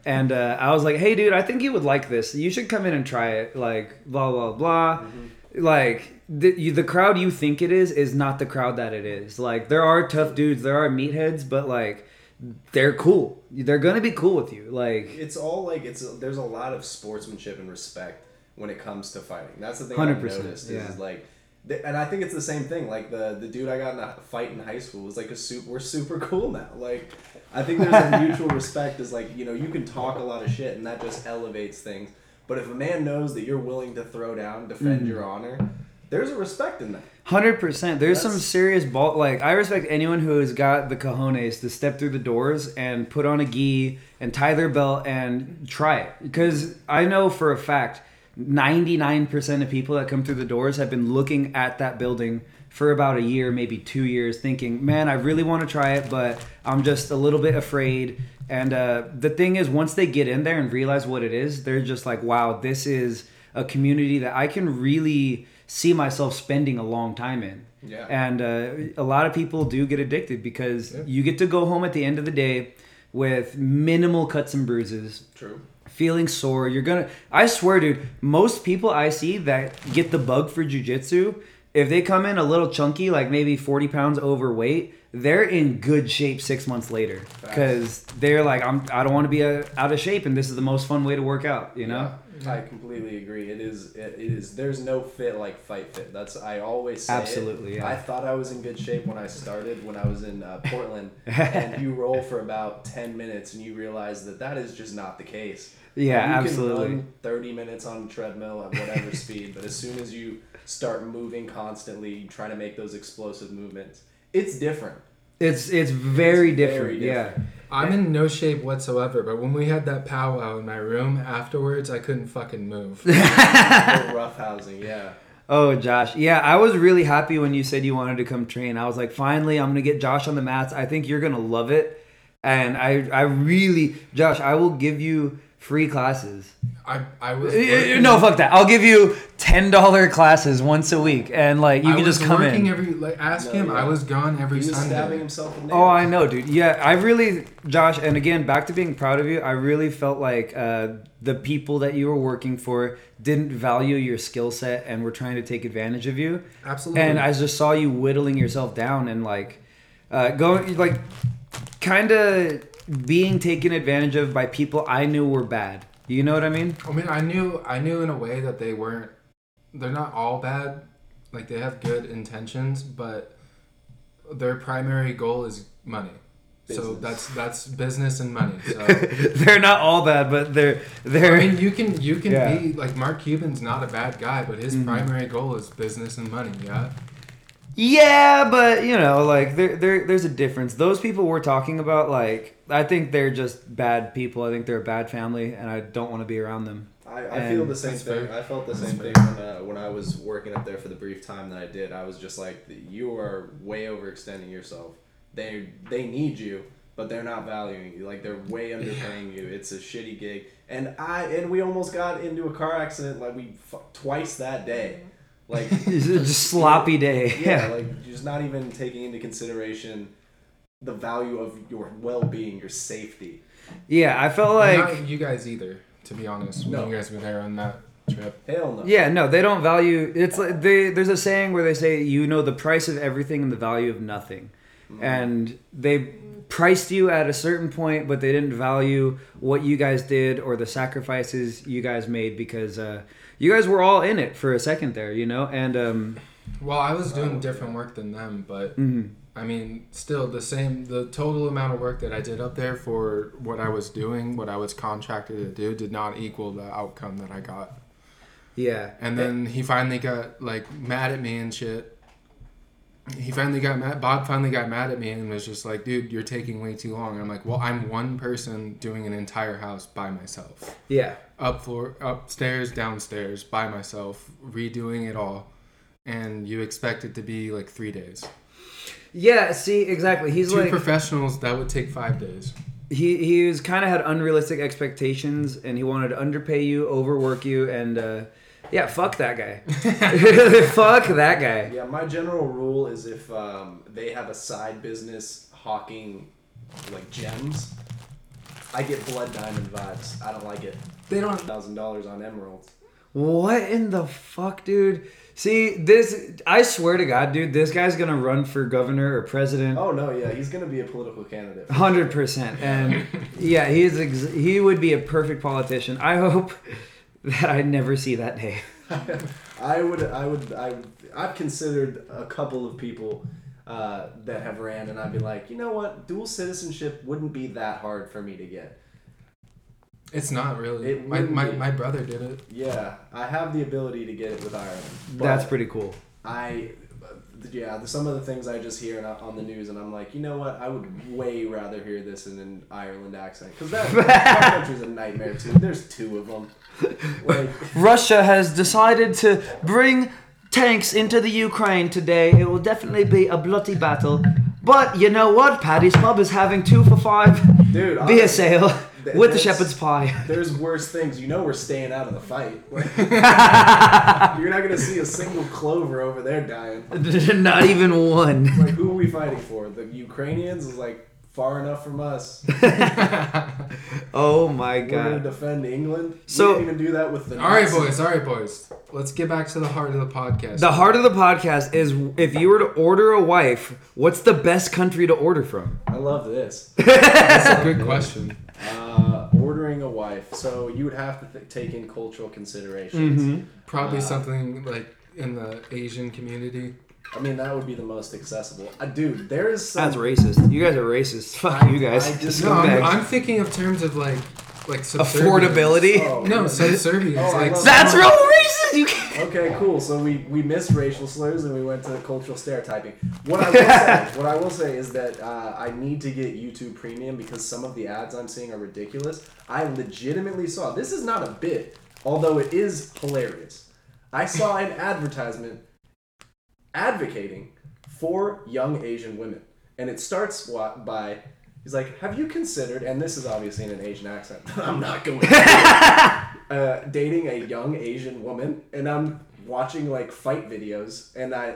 Speaker 2: And uh, I was like, hey, dude, I think you would like this. You should come in and try it. Like, blah, blah, blah.
Speaker 1: Mm-hmm.
Speaker 2: Like, the, you, the crowd you think it is is not the crowd that it is. Like, there are tough dudes, there are meatheads, but like, they're cool. They're going to be cool with you. Like,
Speaker 1: it's all like it's there's a lot of sportsmanship and respect when it comes to fighting. That's the thing I've
Speaker 2: 100%,
Speaker 1: noticed is,
Speaker 2: yeah.
Speaker 1: is like, th- and I think it's the same thing. Like the the dude I got in a fight in high school was like a super. We're super cool now. Like I think there's a mutual respect. Is like you know you can talk a lot of shit and that just elevates things. But if a man knows that you're willing to throw down, defend your honor, there's a respect in that.
Speaker 2: Hundred percent. There's some
Speaker 1: That's-
Speaker 2: serious ball. Like I respect anyone who has got the cojones to step through the doors and put on a gi and tie their belt and try it. Because I know for a fact, ninety nine percent of people that come through the doors have been looking at that building for about a year, maybe two years, thinking, "Man, I really want to try it, but I'm just a little bit afraid." And uh, the thing is, once they get in there and realize what it is, they're just like, "Wow, this is." a community that I can really see myself spending a long time in.
Speaker 1: Yeah.
Speaker 2: And uh, a lot of people do get addicted because you get to go home at the end of the day with minimal cuts and bruises,
Speaker 1: True.
Speaker 2: feeling sore. You're gonna. I swear, dude. Most people I see that get the bug for jujitsu, if they come in a little chunky, like maybe 40 pounds overweight, they're in good shape six months later because they're like, I'm. I don't want to be uh out of shape, and this is the most fun way to work out. You know.
Speaker 1: Yeah, I completely agree. It is. It, it is. There's no fit like fight fit. That's I always say. it.
Speaker 2: Absolutely, yeah.
Speaker 1: I thought I was in good shape when I started when I was in uh, Portland, and you roll for about ten minutes and you realize that that is just not the case.
Speaker 2: Yeah,
Speaker 1: You can
Speaker 2: absolutely.
Speaker 1: run Thirty minutes on a treadmill at whatever speed, but as soon as you start moving constantly, trying to make those explosive movements, it's different.
Speaker 2: It's it's very
Speaker 1: It's very
Speaker 2: different. Yeah.
Speaker 1: different.
Speaker 3: I'm in no shape whatsoever, but when we had that powwow in my room afterwards, I couldn't fucking move.
Speaker 1: Or rough housing, yeah.
Speaker 2: Oh, Josh. Yeah, I was really happy when you said you wanted to come train. I was like, finally, I'm gonna get Josh on the mats. I think you're gonna love it. And I I really, Josh, I will give you free classes.
Speaker 3: I I was
Speaker 2: Eh, eh,
Speaker 3: working-
Speaker 2: No, fuck that. I'll give you ten dollar classes once a week, and like you
Speaker 3: I
Speaker 2: can
Speaker 3: was
Speaker 2: just come
Speaker 3: working
Speaker 2: in.
Speaker 3: every like ask
Speaker 1: No,
Speaker 3: him.
Speaker 1: yeah.
Speaker 3: I was gone every
Speaker 1: He was
Speaker 3: Sunday.
Speaker 1: stabbing himself in the
Speaker 2: Oh, I know, dude. Yeah, I really, Josh, and again, back to being proud of you. I really felt like uh, the people that you were working for didn't value your skill set and were trying to take advantage of you.
Speaker 3: Absolutely.
Speaker 2: And I just saw you whittling yourself down and like uh, going, like, kind of being taken advantage of by people I knew were bad. You know what I mean?
Speaker 3: I mean, I knew I knew in a way that they weren't. They're not all bad. Like they have good intentions, but their primary goal is money. So
Speaker 1: Business.
Speaker 3: that's that's business and money. So
Speaker 2: they're not all bad, but they're they're.
Speaker 3: I mean, you can you can
Speaker 2: Yeah.
Speaker 3: be like Mark Cuban's not a bad guy, but his primary goal is business and money. Yeah.
Speaker 2: Yeah, but you know, like there, there, there's a difference. Those people we're talking about, like, I think they're just bad people. I think they're a bad family, and I don't want to be around them.
Speaker 1: I, I feel
Speaker 2: And
Speaker 1: the same
Speaker 3: that's
Speaker 1: thing.
Speaker 3: fair.
Speaker 1: I felt the
Speaker 3: That's
Speaker 1: same
Speaker 3: fair.
Speaker 1: thing when, uh, when I was working up there for the brief time that I did. I was just like, you are way overextending yourself. They they need you, but they're not valuing you. Like they're way underpaying you. It's a shitty gig. And I and we almost got into a car accident like we fu- twice that day. Like
Speaker 2: It's just sloppy day.
Speaker 1: yeah, like just not even taking into consideration the value of your well being, your safety.
Speaker 2: yeah. I felt
Speaker 3: And
Speaker 2: like
Speaker 3: not you guys either, to be honest. when
Speaker 1: No.
Speaker 3: you guys were there on that trip.
Speaker 1: Hell no.
Speaker 2: Yeah, no, they don't value. It's like they, there's a saying where they say you know the price of everything and the value of nothing, and they priced you at a certain point, but they didn't value what you guys did or the sacrifices you guys made because uh, you guys were all in it for a second there, you know. And um,
Speaker 3: Well, I was doing different work than them, but I mean, still the same. The total amount of work that I did up there for what I was doing, what I was contracted to do, did not equal the outcome that I got.
Speaker 2: yeah,
Speaker 3: And then he finally got like mad at me and shit. He finally got mad. Bob finally got mad at me and was just like, "Dude, you're taking way too long." And I'm like, "Well, I'm one person doing an entire house by myself."
Speaker 2: yeah,
Speaker 3: up floor upstairs downstairs by myself redoing it all and you expect it to be like three days
Speaker 2: yeah. See, exactly. He's
Speaker 3: two
Speaker 2: like
Speaker 3: professionals that would take five days
Speaker 2: he he was kind of had unrealistic expectations and he wanted to underpay you, overwork you, and uh, yeah, fuck that guy. fuck that guy.
Speaker 1: Yeah, my general rule is if um, they have a side business hawking like gems, I get blood diamond vibes. I don't like it.
Speaker 3: they don't
Speaker 1: Thousand dollars on emeralds.
Speaker 2: What in the fuck, dude? See, this, I swear to God, dude, this guy's gonna run for governor or president.
Speaker 1: Oh no, yeah, he's gonna be a political candidate.
Speaker 2: 100%. And yeah, he is ex- he would be a perfect politician. I hope that I never see that day.
Speaker 1: I would, I would, I, would- I've considered a couple of people uh, that have ran, and I'd be like, you know what, dual citizenship wouldn't be that hard for me to get.
Speaker 3: it's not really
Speaker 1: It
Speaker 3: my, my,
Speaker 1: wouldn't be.
Speaker 3: my brother did it
Speaker 1: Yeah, I have the ability to get it with Ireland. but-
Speaker 2: That's pretty cool.
Speaker 1: I, yeah, some of the things I just hear on- on the news, and I'm like, you know what? I would way rather hear this in an Ireland accent because that our country's a nightmare too. There's two of them. Like,
Speaker 2: Russia has decided to bring tanks into the Ukraine today. It will definitely be a bloody battle. But you know what? Paddy's Pub is having two for five
Speaker 1: dude,
Speaker 2: beer
Speaker 1: honestly,
Speaker 2: sale
Speaker 1: th-
Speaker 2: with the
Speaker 1: that's-
Speaker 2: shepherd's pie.
Speaker 1: There's worse things. You know, we're staying out of the fight. Like, you're not gonna see a single clover over there dying.
Speaker 2: Not even one.
Speaker 1: Like, who are we fighting for? The Ukrainians is like far enough from us.
Speaker 2: Oh my
Speaker 1: We're gonna
Speaker 2: god.
Speaker 1: defend England.
Speaker 2: So-
Speaker 1: we didn't even do that with the.
Speaker 3: all right
Speaker 1: Nazis.
Speaker 3: boys all right boys let's get back to the heart of the podcast
Speaker 2: The heart of the podcast is if you were to order a wife, what's the best country to order from?
Speaker 1: I love this.
Speaker 3: that's a good question
Speaker 1: Uh, ordering a wife. So you would have to th- take in cultural considerations.
Speaker 3: probably something like in the asian community
Speaker 1: I mean, that would be the most accessible. Uh, dude, there is some.
Speaker 2: That's racist. You guys are racist. Fuck you guys.
Speaker 1: I just-
Speaker 3: no I'm,
Speaker 2: Scumbags.
Speaker 3: I'm thinking of terms of like like subservience.
Speaker 2: Affordability.
Speaker 1: Oh,
Speaker 3: no
Speaker 1: yeah.
Speaker 3: subservience
Speaker 1: Oh, I
Speaker 3: like
Speaker 1: love
Speaker 2: That's real racist. You can't.
Speaker 1: Okay, cool. So we, we missed racial slurs and we went to cultural stereotyping. What I will say, what I will say is that uh, I need to get YouTube Premium because some of the ads I'm seeing are ridiculous. I legitimately saw this is not a bit, although it is hilarious. I saw an advertisement advocating for young Asian women, and it starts wa- by he's like, "Have you considered?" And this is obviously in an Asian accent. I'm not going. to uh, dating a young Asian woman, and I'm watching like fight videos, and I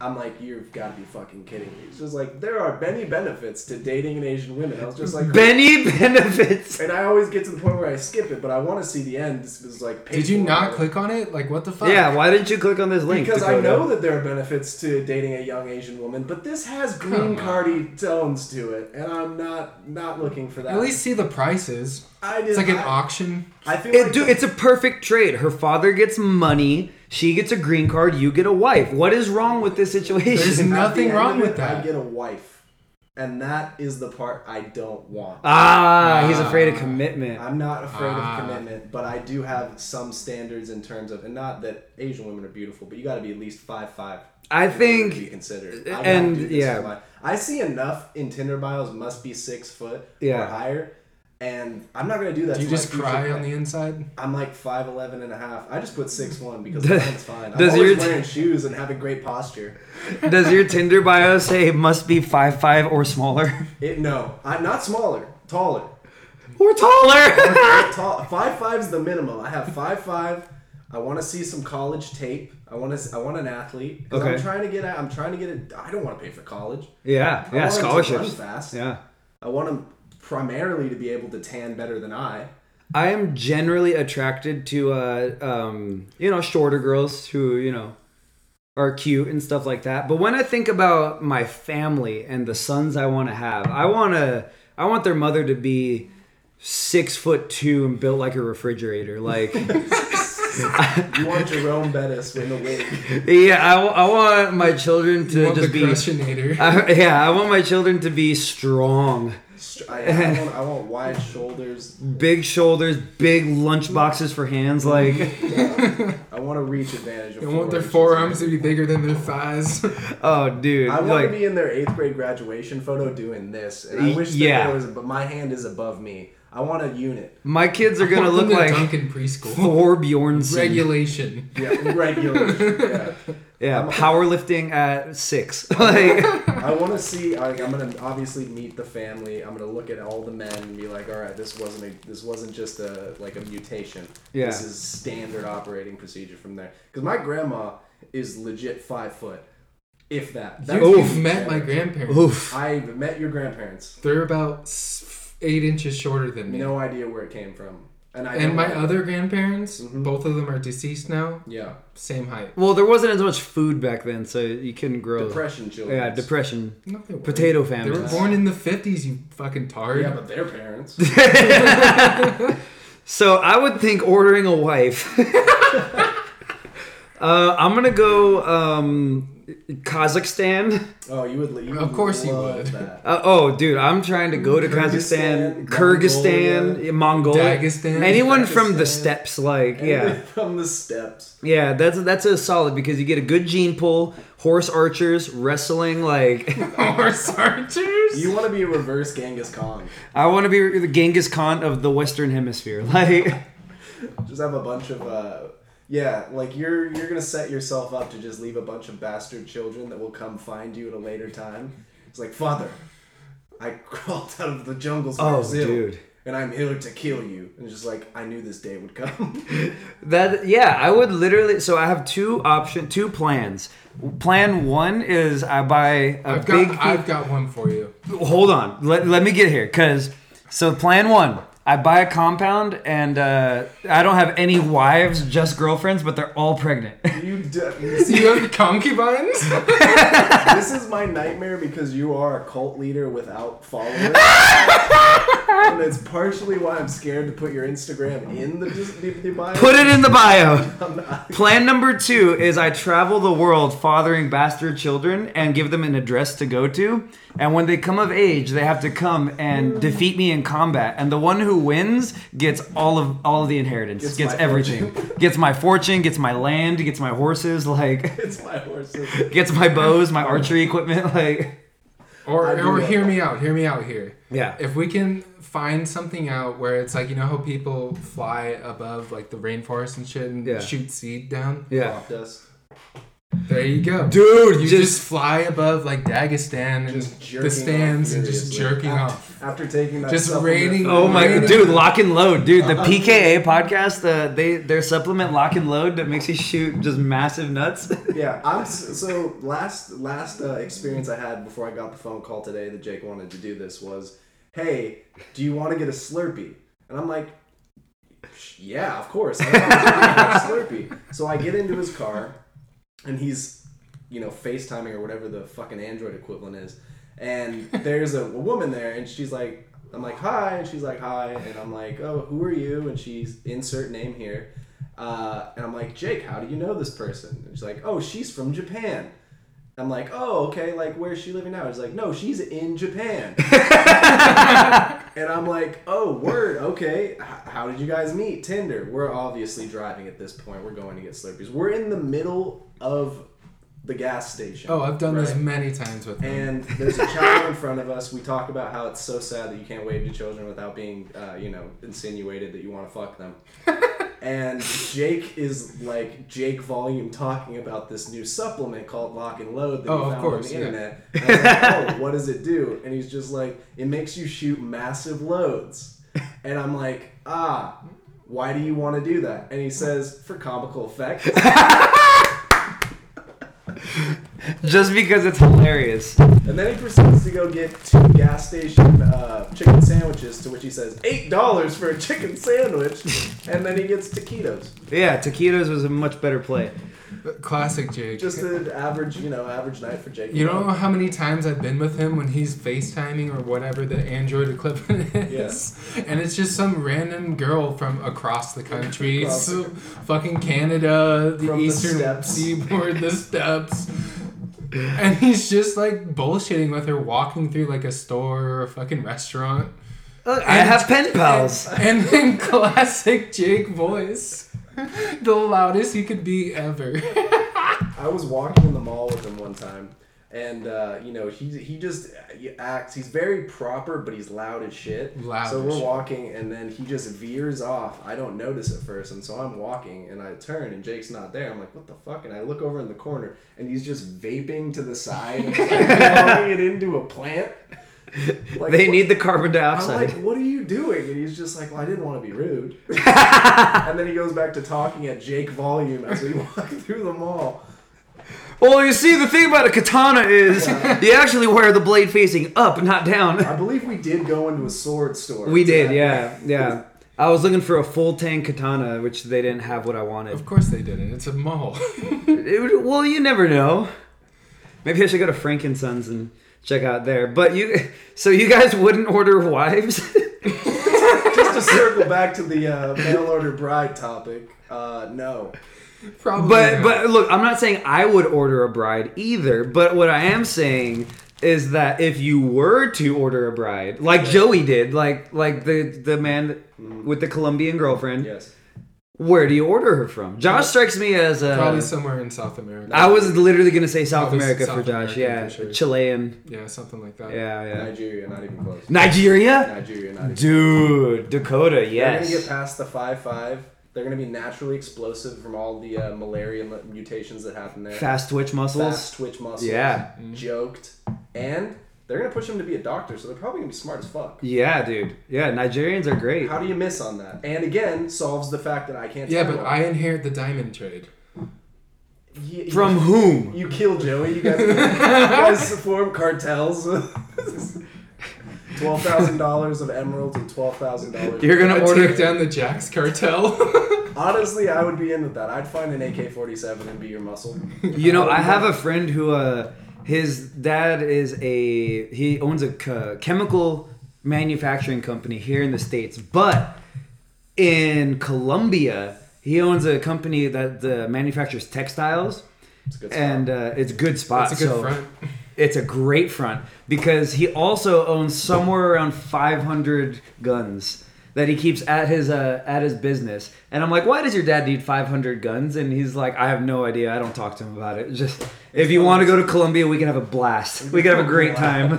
Speaker 1: I'm like, you've got to be fucking kidding me. She was like, there are many benefits to dating an Asian woman. I was just like,
Speaker 2: Benny benefits.
Speaker 1: and I always get to the point where I skip it, but I want to see the end. This was like,
Speaker 3: Did you
Speaker 1: painful.
Speaker 3: not click on it? Like, what the fuck?
Speaker 2: Yeah, why didn't you click on this link?
Speaker 1: Because I
Speaker 2: Dakota?
Speaker 1: know that there are benefits to dating a young Asian woman, but this has green
Speaker 3: on.
Speaker 1: cardy tones to it, and I'm not not looking for that.
Speaker 3: At least see the prices.
Speaker 1: I did,
Speaker 3: It's like an
Speaker 1: I-
Speaker 3: auction.
Speaker 1: I feel
Speaker 2: It,
Speaker 1: like
Speaker 2: dude,
Speaker 1: the-
Speaker 2: it's a perfect trade. Her father gets money, she gets a green card, you get a wife. What is wrong with this
Speaker 3: There's
Speaker 2: situation?
Speaker 3: no-
Speaker 1: at the
Speaker 3: nothing
Speaker 1: end
Speaker 3: wrong
Speaker 1: of it,
Speaker 3: with that.
Speaker 1: I get a wife, and that is the part I don't want.
Speaker 2: ah, he's afraid of commitment.
Speaker 1: I'm not afraid
Speaker 3: Ah.
Speaker 1: of commitment, but I do have some standards in terms of, and not that Asian women are beautiful, but you got to be at least five five.
Speaker 2: I think-
Speaker 1: to be considered. I
Speaker 2: and,
Speaker 1: gotta do this
Speaker 2: yeah.
Speaker 1: for my- I see enough in Tinder bios must be six foot
Speaker 2: Yeah.
Speaker 1: or higher, and I'm not gonna do that.
Speaker 3: Do you
Speaker 1: to my
Speaker 3: just
Speaker 1: future
Speaker 3: cry
Speaker 1: wife.
Speaker 3: on the inside?
Speaker 1: I'm like 5'11 and a half. I just put 6'1 because that's fine. I'm
Speaker 2: Does
Speaker 1: always
Speaker 2: your-
Speaker 1: wearing shoes and having great posture.
Speaker 2: Does your Tinder bio say it must be five five or smaller?
Speaker 1: It, no, I'm not smaller, taller.
Speaker 2: or taller?
Speaker 1: Tall, five five's the minimum. I have five five. I want to see some college tape. I want to. I want an athlete. 'Cause I'm
Speaker 2: Okay.
Speaker 1: trying to get. out- I'm trying to get. it. I don't want to pay for college. I
Speaker 2: yeah, yeah,
Speaker 1: want 'em to run
Speaker 2: scholarships.
Speaker 1: Oh, fast.
Speaker 2: Yeah.
Speaker 1: I want them primarily to be able to tan better than I.
Speaker 2: I am generally attracted to uh um you know shorter girls who you know are cute and stuff like that. But when I think about my family and the sons I want to have, I want to I want their mother to be six foot two and built like a refrigerator. Like
Speaker 1: You want Jerome Bettis in the wig.
Speaker 2: yeah, I, wa- I want my children to
Speaker 3: Want the
Speaker 2: just be.
Speaker 3: crushinator.
Speaker 2: I, yeah, I want my children to be strong,
Speaker 1: Str- I, I, want, I want wide shoulders.
Speaker 2: big shoulders, big lunch boxes for hands. Like,
Speaker 1: I want to reach advantage. Of
Speaker 3: I want their
Speaker 1: four
Speaker 3: forearms to be bigger than their thighs.
Speaker 2: oh, dude,
Speaker 1: I want
Speaker 2: like,
Speaker 1: to be in their eighth grade graduation photo doing this, and I
Speaker 2: Y-
Speaker 1: wish that
Speaker 2: yeah.
Speaker 1: there was. But my hand is above me. I want a unit.
Speaker 2: my kids are gonna
Speaker 3: Want them
Speaker 2: look
Speaker 3: to
Speaker 2: like.
Speaker 3: dunk in preschool.
Speaker 2: Thor Bjornsson.
Speaker 3: Regulation.
Speaker 1: Yeah, regular. yeah.
Speaker 2: yeah, powerlifting at six. like,
Speaker 1: I want to see. I, I'm gonna obviously meet the family. I'm gonna look at all the men and be like, all right, this wasn't a, this wasn't just a like a mutation.
Speaker 2: Yeah.
Speaker 1: This is standard operating procedure from there. Because my grandma is legit five foot, if that. That's
Speaker 3: You,
Speaker 2: Oof.
Speaker 3: have met my grandparents.
Speaker 2: oof.
Speaker 1: I met your grandparents.
Speaker 3: They're about s- eight inches shorter than me.
Speaker 1: No idea where it came from, and I
Speaker 3: And
Speaker 1: don't
Speaker 3: my
Speaker 1: know.
Speaker 3: other grandparents, both of them are deceased now,
Speaker 1: yeah
Speaker 3: same height.
Speaker 2: Well, there wasn't as much food back then, so you couldn't grow.
Speaker 1: depression children.
Speaker 2: Yeah, depression.
Speaker 3: No, they weren't.
Speaker 2: Potato
Speaker 3: They were
Speaker 2: famines.
Speaker 3: born in the 50s, you fucking tard.
Speaker 1: Yeah, but their parents.
Speaker 2: So I would think ordering a wife. uh, I'm gonna go um, Kazakhstan.
Speaker 1: Oh, you would. You
Speaker 3: Of course you
Speaker 1: love
Speaker 3: would.
Speaker 1: That.
Speaker 2: Uh, oh, dude, I'm trying to go to Kazakhstan,
Speaker 1: Kyrgyzstan,
Speaker 2: Kyrgyzstan, Mongolia,
Speaker 3: Dagestan,
Speaker 2: anyone from the
Speaker 1: Dagestan.
Speaker 2: steps. Like, yeah.
Speaker 1: From the steps.
Speaker 2: Yeah, that's that's a solid because you get a good gene pull, horse archers, wrestling. Like
Speaker 3: Horse archers?
Speaker 1: You want to be a reverse Genghis Khan.
Speaker 2: I want to be the Genghis Khan of the Western Hemisphere. Like
Speaker 1: Just have a bunch of. Uh, yeah, like you're you're gonna set yourself up to just leave a bunch of bastard children that will come find you at a later time. It's like father, I crawled out of the jungles of
Speaker 2: Oh,
Speaker 1: Brazil,
Speaker 2: dude.
Speaker 1: and I'm here to kill you. And it's just like I knew this day would come.
Speaker 2: that, yeah. I would literally. So I have two option, two plans. Plan one is I buy a
Speaker 3: I've
Speaker 2: big.
Speaker 3: got, I've got one for you.
Speaker 2: hold on. Let, let me get here. Cause so plan one, I buy a compound and uh, I don't have any wives, just girlfriends, but they're all pregnant.
Speaker 1: you d-
Speaker 3: So you have concubines?
Speaker 1: this is my nightmare because you are a cult leader without followers. and it's partially why I'm scared to put your Instagram in the, the, the bio.
Speaker 2: Put it in the bio. Plan number two is I travel the world fathering bastard children and give them an address to go to. And when they come of age, they have to come and defeat me in combat. And the one who wins gets all of all of the inheritance,
Speaker 1: Gets
Speaker 2: gets,
Speaker 1: my
Speaker 2: everything, gets my fortune, gets my land, gets my horses, like
Speaker 1: It's my horses.
Speaker 2: gets my bows, my archery equipment, like
Speaker 3: Or,
Speaker 1: do
Speaker 3: or
Speaker 1: that.
Speaker 3: hear me out, hear me out here.
Speaker 2: yeah,
Speaker 3: If we can find something out where it's like, you know how people fly above like the rainforest and shit and
Speaker 2: Yeah.
Speaker 3: shoot seed down?
Speaker 2: yeah.
Speaker 1: Dust.
Speaker 3: There you go,
Speaker 2: Dude,
Speaker 3: You
Speaker 2: you
Speaker 3: just,
Speaker 2: just,
Speaker 3: fly above like Dagestan and
Speaker 1: Just jerking
Speaker 3: the stands
Speaker 1: off
Speaker 3: and just
Speaker 1: furiously.
Speaker 3: jerking
Speaker 1: after,
Speaker 3: off.
Speaker 1: after taking that.
Speaker 3: Just
Speaker 1: supplement.
Speaker 3: raining-
Speaker 2: oh my
Speaker 3: Dude.
Speaker 2: dude, lock and load, dude. The PKA podcast, the they their supplement lock and load that makes you shoot just massive nuts.
Speaker 1: Yeah, I'm s- so last last uh, experience I had before I got the phone call today that Jake wanted to do this was, hey, do you want to get a Slurpee? And I'm like, yeah, of course. I want to get a Slurpee. So I get into his car, and he's, you know, FaceTiming or whatever the fucking Android equivalent is, and there's a, a woman there, and she's like, I'm like, hi, and she's like, hi, and I'm like, oh, who are you? And she's insert name here. Uh, and I'm like, Jake, how do you know this person? And she's like, oh, she's from Japan. I'm like, oh, okay, like, where's she living now? He's like, no, she's in Japan. and I'm like, oh, word, okay. H- how did you guys meet? Tinder. We're obviously driving at this point. We're going to get Slurpees. We're in the middle of the gas station.
Speaker 3: Oh, I've done this
Speaker 1: right?
Speaker 3: many times with him.
Speaker 1: and there's a child in front of us. We talk about how it's so sad that you can't wave to children without being, uh, you know, insinuated that you want to fuck them. and Jake is like Jake Volume talking about this new supplement called Lock and Load that
Speaker 3: Oh,
Speaker 1: he
Speaker 3: of
Speaker 1: found on
Speaker 3: course, yeah.
Speaker 1: the internet. And I was like, oh, what does it do? And he's just like, it makes you shoot massive loads. And I'm like, ah, why do you want to do that? And he says, for comical effect.
Speaker 2: just because it's hilarious.
Speaker 1: And then he proceeds to go get two gas station uh, chicken sandwiches, to which he says eight dollars for a chicken sandwich, and then he gets taquitos.
Speaker 2: Yeah, taquitos was a much better play.
Speaker 3: Classic Jake.
Speaker 1: Just an average, you know, average night for Jake.
Speaker 3: you don't know how many times I've been with him when he's FaceTiming or whatever the Android equivalent is. And it's just some random girl from across the country.
Speaker 1: Across the
Speaker 3: so fucking Canada, the
Speaker 1: From the
Speaker 3: eastern
Speaker 1: steppes.
Speaker 3: seaboard, the steps. And he's just like bullshitting with her, walking through like a store or a fucking restaurant.
Speaker 2: Look, I have pen pals.
Speaker 3: And then classic Jake voice. The loudest he could be ever.
Speaker 1: I was walking in the mall with him one time, and uh, you know he he just he acts. He's very proper, but he's loud as shit.
Speaker 3: Loud
Speaker 1: So
Speaker 3: as
Speaker 1: we're
Speaker 3: shit.
Speaker 1: walking, and then he just veers off. I don't notice at first, and so I'm walking, and I turn, and Jake's not there. I'm like, what the fuck? And I look over in the corner, and he's just vaping to the side, and blowing it into a plant. Like,
Speaker 2: They
Speaker 1: what-
Speaker 2: need the carbon
Speaker 1: I'm
Speaker 2: dioxide.
Speaker 1: like, what are you doing? And he's just like, well, I didn't want to be rude. and then he goes back to talking at Jake volume as we walk through the mall.
Speaker 2: Well, you see, the thing about a katana is you actually wear the blade facing up, not down.
Speaker 1: I believe we did go into a sword store.
Speaker 2: We
Speaker 1: to
Speaker 2: did,
Speaker 1: that-
Speaker 2: yeah, yeah. I was looking for a full tank katana, which they didn't have what I wanted.
Speaker 3: Of course they didn't. It's a mall.
Speaker 2: It would- well, you never know. Maybe I should go to Frankensons and check out there. But you, so you guys wouldn't order wives?
Speaker 1: Just to circle back to the uh, mail order bride topic, uh, no.
Speaker 3: Probably.
Speaker 2: But
Speaker 3: not.
Speaker 2: but look, I'm not saying I would order a bride either. But what I am saying is that if you were to order a bride, like Joey did, like like the the man with the Colombian girlfriend,
Speaker 1: Yes.
Speaker 2: where do you order her from? Josh strikes me as a.
Speaker 3: Probably somewhere in South America.
Speaker 2: uh, I was literally gonna say South
Speaker 3: Probably
Speaker 2: America
Speaker 3: South
Speaker 2: for Josh.
Speaker 3: America
Speaker 2: yeah,
Speaker 3: for sure.
Speaker 2: Chilean.
Speaker 3: yeah, something like that.
Speaker 2: Yeah, yeah.
Speaker 1: Nigeria, not even close.
Speaker 2: Nigeria,
Speaker 1: Nigeria, not even close.
Speaker 2: dude. Dakota,
Speaker 1: They're going
Speaker 2: yes.
Speaker 1: to get past the 5 5. They're going to be naturally explosive from all the uh, malaria mu- mutations that happen there.
Speaker 2: Fast twitch muscles.
Speaker 1: Fast twitch muscles.
Speaker 2: Yeah.
Speaker 1: Joked. And they're going to push him to be a doctor, so they're probably going to be smart as fuck.
Speaker 2: Yeah, dude. Yeah, Nigerians are great.
Speaker 1: How do you miss on that? And again, solves the fact that I can't
Speaker 3: Yeah,
Speaker 1: tell
Speaker 3: but
Speaker 1: him.
Speaker 3: I inherit the diamond trade.
Speaker 1: Ye-
Speaker 2: From whom?
Speaker 1: You kill Joey. You guys, you guys form cartels. Twelve thousand dollars of emeralds and twelve thousand dollars.
Speaker 2: You're
Speaker 3: I
Speaker 2: gonna order
Speaker 3: take down the Jax cartel.
Speaker 1: Honestly, I would be in with that. I'd find an AK-47 and be your muscle.
Speaker 2: You know, I have a friend who, uh, his dad is a he owns a c- chemical manufacturing company here in the states, but in Colombia he owns a company that uh, manufactures textiles,
Speaker 1: It's a good spot.
Speaker 2: and uh, it's good spot.
Speaker 3: That's a good
Speaker 2: so
Speaker 3: front.
Speaker 2: it's a great front because he also owns somewhere around 500 guns that he keeps at his uh, at his business and i'm like why does your dad need 500 guns and he's like i have no idea i don't talk to him about it just if you want to go to colombia we can have a blast we can have a great time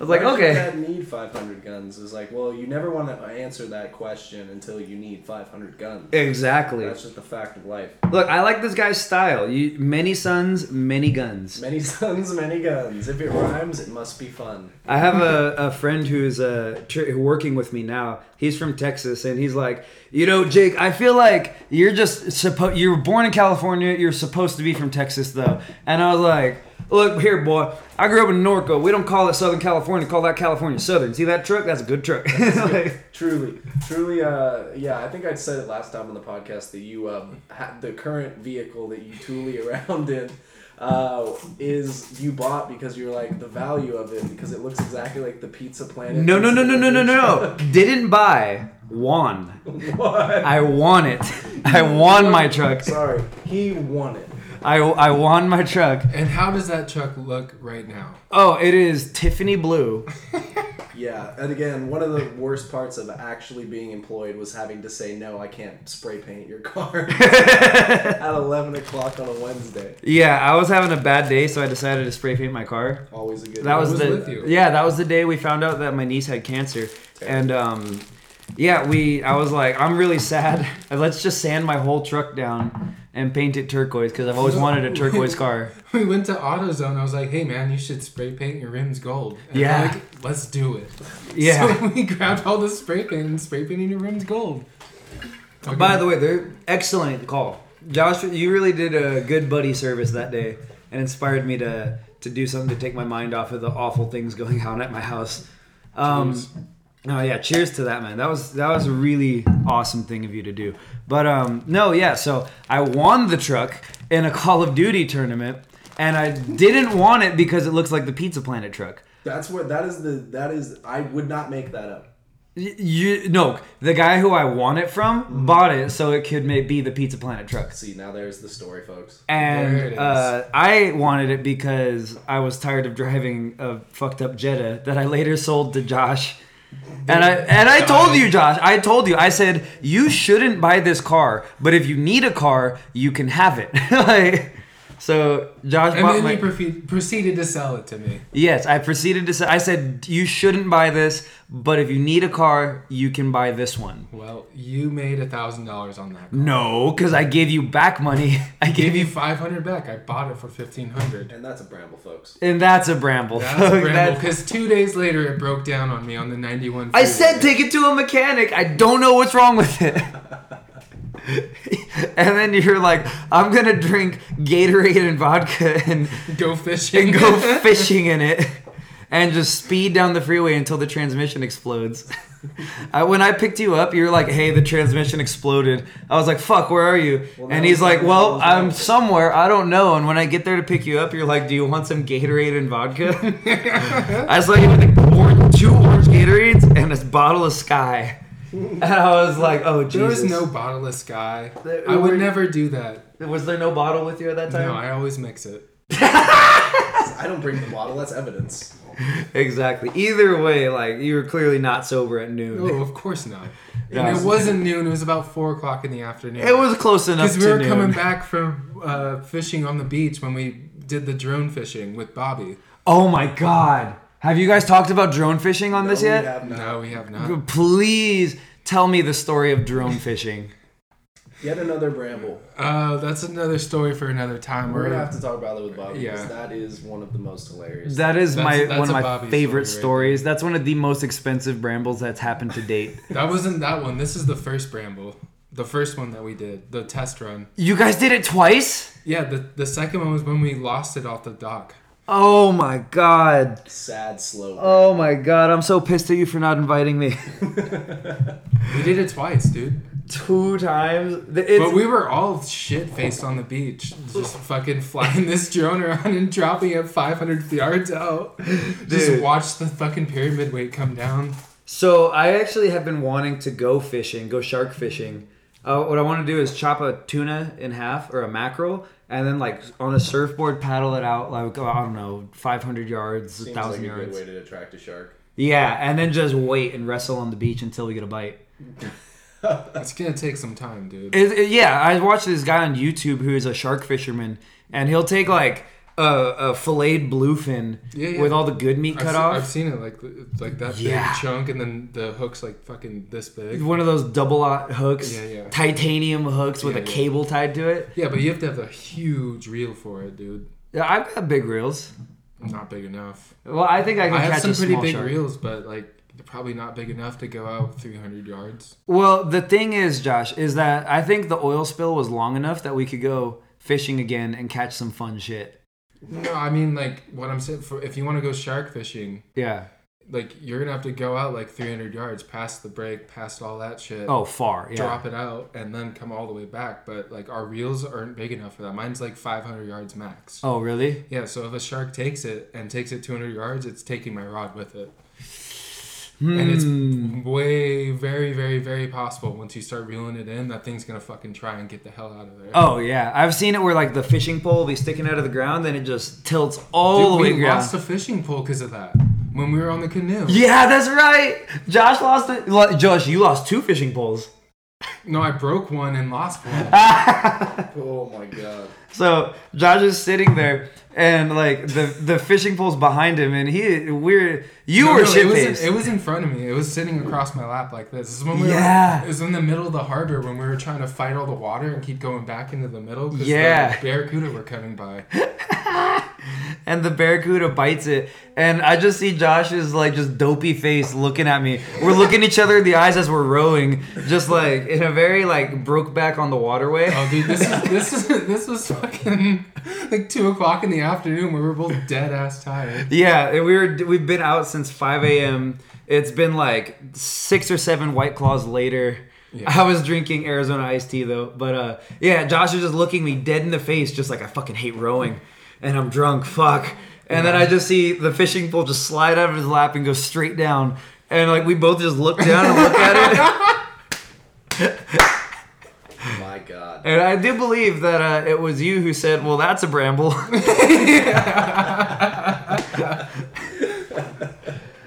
Speaker 2: was like,
Speaker 1: Why
Speaker 2: okay.
Speaker 1: Does that need 500 guns? Is like, well, you never want to answer that question until you need 500 guns.
Speaker 2: Exactly.
Speaker 1: That's just the fact of life.
Speaker 2: Look, I like this guy's style. You, many sons, many guns.
Speaker 1: Many sons, many guns. If it rhymes, it must be fun.
Speaker 2: I have a, a friend who's uh, tr- working with me now. He's from Texas, and he's like, you know, Jake, I feel like you're just supposed. You were born in California. You're supposed to be from Texas, though. And I was like, look here, boy. I grew up in Norco. We don't call it Southern California. Call that California Southern. See that truck? That's a good truck. Like,
Speaker 1: Truly, truly, uh, yeah. I think I said it last time on the podcast that you, um, ha- the current vehicle that you truly around in, uh, is you bought because you're like the value of it because it looks exactly like the Pizza Planet.
Speaker 2: no, no, no, no, no, no, no.
Speaker 1: pizza.
Speaker 2: Didn't buy. Won.
Speaker 1: what?
Speaker 2: I won it. I won my truck.
Speaker 1: Sorry, he won it.
Speaker 2: I, I won my truck.
Speaker 3: And how does that truck look right now?
Speaker 2: Oh, it is Tiffany blue.
Speaker 1: Yeah, and again, one of the worst parts of actually being employed was having to say no. I can't spray paint your car at eleven o'clock on a Wednesday.
Speaker 2: Yeah, I was having a bad day, so I decided to spray paint my car.
Speaker 1: Always a good.
Speaker 2: That was
Speaker 3: was
Speaker 2: the
Speaker 3: with you.
Speaker 2: yeah, that was the day we found out that my niece had cancer, and um, yeah, we I was like, I'm really sad. Let's just sand my whole truck down and paint it turquoise because I've always wanted a turquoise car.
Speaker 3: We went to AutoZone. I was like, "Hey man, you should spray paint your rims gold." And they're
Speaker 2: Yeah.
Speaker 3: like, let's do it.
Speaker 2: Yeah.
Speaker 3: So we grabbed all the spray paint and spray painted your rims gold. Oh,
Speaker 2: By the way, they're excellent call, Josh. You really did a good buddy service that day and inspired me to to do something to take my mind off of the awful things going on at my house. Um,
Speaker 3: Cheers.
Speaker 2: Oh yeah, cheers to that man. That was that was a really awesome thing of you to do. But um no, yeah, so I won the truck in a Call of Duty tournament and I didn't want it because it looks like the Pizza Planet truck.
Speaker 1: That's what that is the that is I would not make that up.
Speaker 2: Y- You no, the guy who I won it from bought it so it could may be the Pizza Planet truck.
Speaker 1: See, now there's the story, folks.
Speaker 3: There it
Speaker 2: And
Speaker 3: is.
Speaker 2: uh, I wanted it because I was tired of driving a fucked up Jetta that I later sold to Josh. And I and I told you, Josh, I told you, I said you shouldn't buy this car, but if you need a car, you can have it. like, so Josh
Speaker 3: And
Speaker 2: bought
Speaker 3: then
Speaker 2: my.
Speaker 3: you profe- proceeded to sell it to me.
Speaker 2: yes, I proceeded to say, I said you shouldn't buy this, but if you need a car, you can buy this one.
Speaker 3: Well, you made a thousand dollars on that.
Speaker 2: No, because I gave you back money. I
Speaker 3: Gave
Speaker 2: gave
Speaker 3: you
Speaker 2: you,
Speaker 3: five hundred back. I bought it for fifteen hundred.
Speaker 1: And that's a bramble, folks.
Speaker 2: and that's a bramble.
Speaker 3: That's
Speaker 2: folks.
Speaker 3: bramble. Because two days later, it broke down on me on the ninety-one.
Speaker 2: I
Speaker 3: freeway.
Speaker 2: said take it to a mechanic. I don't know what's wrong with it. and then you're like, I'm gonna drink Gatorade and vodka and,
Speaker 3: go fishing.
Speaker 2: and go fishing in it. And just speed down the freeway until the transmission explodes. I, when I picked you up, you were like, "Hey, the transmission exploded." I was like, "Fuck, where are you?"
Speaker 1: that
Speaker 2: and he's
Speaker 1: was-
Speaker 2: like,
Speaker 1: that
Speaker 2: "Well,
Speaker 1: was-
Speaker 2: I'm somewhere. I don't know." And when I get there to pick you up, you're like, "Do you want some Gatorade and vodka?" I saw you with the orange, two orange Gatorades and a bottle of Sky. And I was like, oh, Jesus.
Speaker 3: There was no bottle of sky.
Speaker 2: There-
Speaker 3: I would
Speaker 2: were-
Speaker 3: never do that.
Speaker 2: Was there no bottle with you at that time?
Speaker 3: No, I always mix it.
Speaker 1: I don't bring the bottle, that's evidence.
Speaker 2: Exactly. Either way, like, you were clearly not sober at noon.
Speaker 3: No, Oh, of course not.
Speaker 2: Yeah.
Speaker 3: And it wasn't noon. It was about four o'clock in the afternoon.
Speaker 2: It was close enough
Speaker 3: because
Speaker 2: to
Speaker 3: we were
Speaker 2: noon.
Speaker 3: coming back from uh, fishing on the beach when we did the drone fishing with Bobby.
Speaker 2: Oh, my God. Have you guys talked about drone fishing on this
Speaker 3: Oh,
Speaker 1: No, we
Speaker 2: yet?
Speaker 1: have not.
Speaker 3: No, we have not.
Speaker 2: Please tell me the story of drone fishing.
Speaker 1: Yet another bramble.
Speaker 3: Uh, that's another story for another time.
Speaker 1: We're
Speaker 3: We're
Speaker 1: gonna have to talk about that with Bobby because
Speaker 3: Yeah.
Speaker 1: that is one of the most hilarious.
Speaker 2: That is
Speaker 3: That's-
Speaker 2: my
Speaker 3: that's
Speaker 2: one
Speaker 3: a
Speaker 2: of my
Speaker 3: Bobby
Speaker 2: favorite
Speaker 3: story
Speaker 2: stories. That's one of the most expensive brambles that's happened to date.
Speaker 3: that wasn't that one. This is the first bramble. The first one that we did, the test run.
Speaker 2: you guys did it twice?
Speaker 3: Yeah, the, the second one was when we lost it off the dock.
Speaker 2: Oh my god.
Speaker 1: sad slow.
Speaker 2: Oh my god, I'm so pissed at you for not inviting me.
Speaker 3: We did it twice, dude.
Speaker 2: Two times. Th- it's-
Speaker 3: But we were all shit faced on the beach, just fucking flying this drone around and dropping it 500 yards out.
Speaker 2: Dude.
Speaker 3: Just watch the fucking pyramid weight come down.
Speaker 2: so I actually have been wanting to go fishing, go shark fishing. Uh, what I want to do is chop a tuna in half or a mackerel, and then like on a surfboard paddle it out like I don't know, 500 yards,
Speaker 1: Seems like a
Speaker 2: 1,000
Speaker 1: good
Speaker 2: yards.
Speaker 1: way to attract a shark.
Speaker 2: Yeah, and then just wait and wrestle on the beach until we get a bite.
Speaker 3: That's gonna take some time, dude.
Speaker 2: It, it- yeah, I watched this guy on YouTube who is a shark fisherman, and he'll take like a, a filleted bluefin
Speaker 3: Yeah, yeah.
Speaker 2: with all the good meat
Speaker 3: I've
Speaker 2: cut
Speaker 3: se-
Speaker 2: off.
Speaker 3: I've seen it like it's like that
Speaker 2: Yeah.
Speaker 3: big chunk, and then the hook's like fucking this big.
Speaker 2: one of those double o- hooks,
Speaker 3: Yeah, yeah.
Speaker 2: titanium hooks with
Speaker 3: Yeah,
Speaker 2: a
Speaker 3: yeah.
Speaker 2: cable tied to it.
Speaker 3: Yeah, but you have to have a huge reel for it, dude.
Speaker 2: Yeah, I've got big reels.
Speaker 3: Not big enough.
Speaker 2: Well, I think I can
Speaker 3: I
Speaker 2: catch
Speaker 3: have some
Speaker 2: a
Speaker 3: pretty
Speaker 2: small
Speaker 3: big
Speaker 2: shark.
Speaker 3: reels, but like they're probably not big enough to go out 300 yards.
Speaker 2: Well, the thing is, Josh, is that I think the oil spill was long enough that we could go fishing again and catch some fun shit.
Speaker 3: No, I mean like what I'm saying. For if you want to go shark fishing,
Speaker 2: Yeah.
Speaker 3: like you're gonna have to go out like 300 yards past the break, past all that shit.
Speaker 2: Oh, far. Yeah.
Speaker 3: Drop it out and then come all the way back, but like our reels aren't big enough for that. Mine's like 500 yards max.
Speaker 2: Oh, really?
Speaker 3: Yeah, so if a shark takes it and takes it 200 yards, it's taking my rod with it. And
Speaker 2: Hmm.
Speaker 3: it's way, very, very, very possible once you start reeling it in, that thing's gonna fucking try and get the hell out of there.
Speaker 2: Oh, yeah. I've seen it where like the fishing pole will be sticking out of the ground, then it just tilts all
Speaker 3: Dude,
Speaker 2: the way
Speaker 3: we
Speaker 2: down.
Speaker 3: lost a fishing pole because of that when we were on the canoe.
Speaker 2: yeah, that's right. Josh lost it. lo- Josh, you lost two fishing poles.
Speaker 3: No, I broke one and lost one.
Speaker 1: Oh my god.
Speaker 2: So Josh is sitting there, and like the the fishing pole's behind him, and he we're you
Speaker 3: No,
Speaker 2: were
Speaker 3: no,
Speaker 2: shit
Speaker 3: it was,
Speaker 2: faced.
Speaker 3: in, it was in front of me. It was sitting across my lap like this. This is when we
Speaker 2: Yeah.
Speaker 3: were, it was in the middle of the harbor when we were trying to fight all the water and keep going back into the middle because
Speaker 2: Yeah.
Speaker 3: the barracuda were coming by.
Speaker 2: and the barracuda bites it, and I just see Josh's like just dopey face looking at me. We're looking each other in the eyes as we're rowing, just like in a very like broke back on the waterway.
Speaker 3: Oh, dude, this is this is this was fucking like two o'clock in the afternoon. We were both dead ass tired.
Speaker 2: Yeah, and we were we've been out since 5 a.m. It's been like six or seven White Claws later.
Speaker 3: Yeah.
Speaker 2: I was drinking Arizona iced tea though, but uh, yeah, Josh was just looking me dead in the face, just like I fucking hate rowing, and I'm drunk, fuck. And then I just see the fishing pole just slide out of his lap and go straight down, and like we both just look down and look at it.
Speaker 1: My god.
Speaker 2: And I do believe that uh, it was you who said, "Well, that's a bramble,"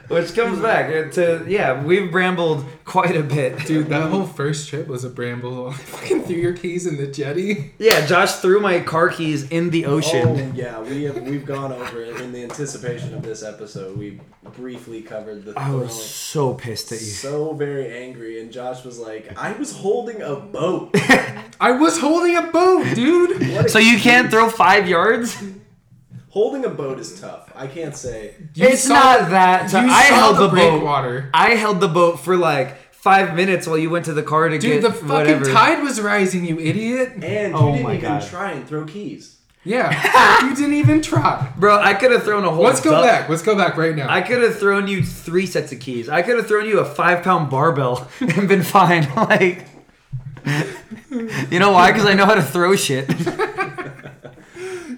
Speaker 2: which comes back uh, to yeah, we've brambled quite a bit.
Speaker 3: Dude, that whole first trip was a bramble. I fucking threw your keys in the jetty.
Speaker 2: Yeah, Josh threw my car keys in the ocean.
Speaker 1: Oh yeah, we have we've gone over it in the anticipation of this episode. We briefly covered the
Speaker 2: I
Speaker 1: throwing.
Speaker 2: was so pissed at you.
Speaker 1: So very angry, and Josh was like, "I was holding a boat."
Speaker 3: I was holding a boat, dude.
Speaker 1: What a-
Speaker 2: So you can't throw five yards?
Speaker 1: holding a boat is tough. I can't say.
Speaker 3: You
Speaker 2: it's
Speaker 3: saw-
Speaker 2: not that. So
Speaker 3: you
Speaker 2: I
Speaker 3: saw
Speaker 2: held the, boat.
Speaker 3: breakwater.
Speaker 2: I held the boat for like five minutes while you went to the car to get
Speaker 3: Dude, the fucking
Speaker 2: whatever.
Speaker 3: tide was rising, you idiot.
Speaker 1: And you
Speaker 2: Oh
Speaker 1: didn't
Speaker 2: my
Speaker 1: even
Speaker 2: God.
Speaker 1: try and throw keys.
Speaker 3: Yeah, you didn't even try.
Speaker 2: Bro, I could have thrown a whole.
Speaker 3: Let's go
Speaker 2: duck.
Speaker 3: back. Let's go back right now.
Speaker 2: I could have thrown you three sets of keys. I could have thrown you a five pound barbell and been fine. Like, you know why? Because I know how to throw shit.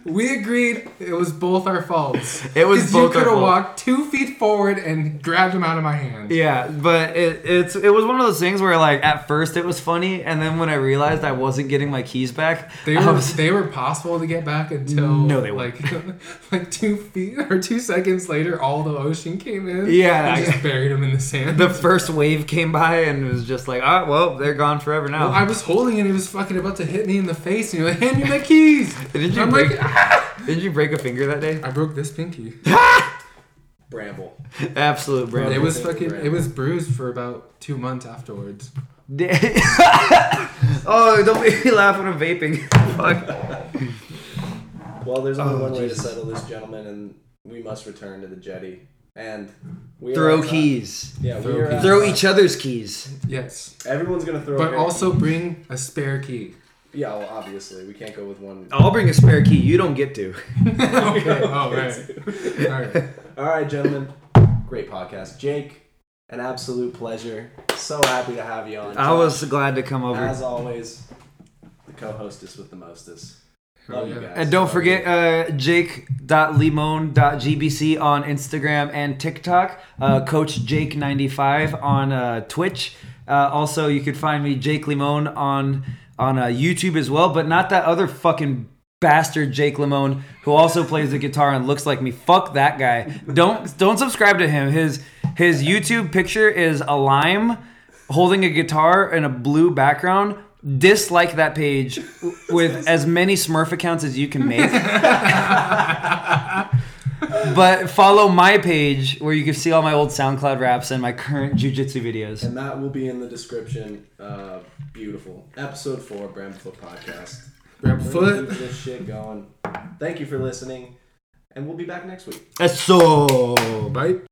Speaker 3: we agreed it was both our faults.
Speaker 2: It was
Speaker 3: 'Cause
Speaker 2: both
Speaker 3: You
Speaker 2: our
Speaker 3: could have
Speaker 2: fault.
Speaker 3: walked two feet forward and grabbed him out of my hand.
Speaker 2: Yeah, but it, it's it was one of those things where like at first it was funny, and then when I realized I wasn't getting my keys back,
Speaker 3: They
Speaker 2: I
Speaker 3: were
Speaker 2: was-
Speaker 3: they were possible to get back until
Speaker 2: No, they
Speaker 3: like
Speaker 2: weren't.
Speaker 3: like two feet or two seconds later, all the ocean came in.
Speaker 2: Yeah,
Speaker 3: and
Speaker 2: I-
Speaker 3: just buried him in the sand.
Speaker 2: the first wave came by and it was just like, ah, well, they're gone forever now.
Speaker 3: I was holding it. It was fucking about to hit me in the face, and you're like, "Hand me my keys."
Speaker 2: Did you
Speaker 3: I'm
Speaker 2: break-
Speaker 3: like, "Ah."
Speaker 2: Did you break a finger that day?
Speaker 3: I broke this pinky.
Speaker 1: Bramble.
Speaker 2: Absolute
Speaker 3: It
Speaker 2: bro.
Speaker 3: was fucking. It was bruised for about two months afterwards.
Speaker 2: oh, don't make me laugh when I'm vaping. Fuck.
Speaker 1: Well, there's only
Speaker 2: Oh,
Speaker 1: one way to
Speaker 2: Jesus.
Speaker 1: settle this, gentlemen, and we must return to the jetty. And we are
Speaker 2: Throw
Speaker 1: on top.
Speaker 2: keys.
Speaker 1: Yeah,
Speaker 3: Throw
Speaker 1: we are
Speaker 3: keys.
Speaker 1: on
Speaker 2: Throw
Speaker 1: top.
Speaker 2: each other's keys.
Speaker 3: Yes,
Speaker 1: Everyone's gonna throw.
Speaker 3: but
Speaker 1: a
Speaker 3: also bring a spare key.
Speaker 1: yeah, well, obviously we can't go with one.
Speaker 2: I'll bring a spare key. You don't get to.
Speaker 3: okay. Oh right. All right.
Speaker 1: All right, gentlemen. Great podcast, Jake. An absolute pleasure. So happy to have you on.
Speaker 2: I was glad to come over.
Speaker 1: as always the co-hostess with the mostest.
Speaker 3: Oh,
Speaker 1: Love you
Speaker 3: yeah.
Speaker 1: guys.
Speaker 2: And don't
Speaker 1: Love
Speaker 2: forget uh, jake.limon.gbc on Instagram and TikTok, uh, Coach Jake95 on uh, Twitch. Uh, also, you could find me, Jake Limon, on, on uh, YouTube as well, but not that other fucking bastard Jake Limon who also plays the guitar and looks like me. Fuck that guy. Don't don't subscribe to him. His his YouTube picture is a lime holding a guitar in a blue background dislike that page w- with as many Smurf accounts as you can make. but follow my page where you can see all my old SoundCloud raps and my current jujitsu videos.
Speaker 1: And that will be in the description. Uh, beautiful. Episode 4, Bramfoot Podcast. We're gonna
Speaker 3: Foot.
Speaker 1: keep this shit going. Thank you for listening, and we'll be back next week.
Speaker 2: That's so bye.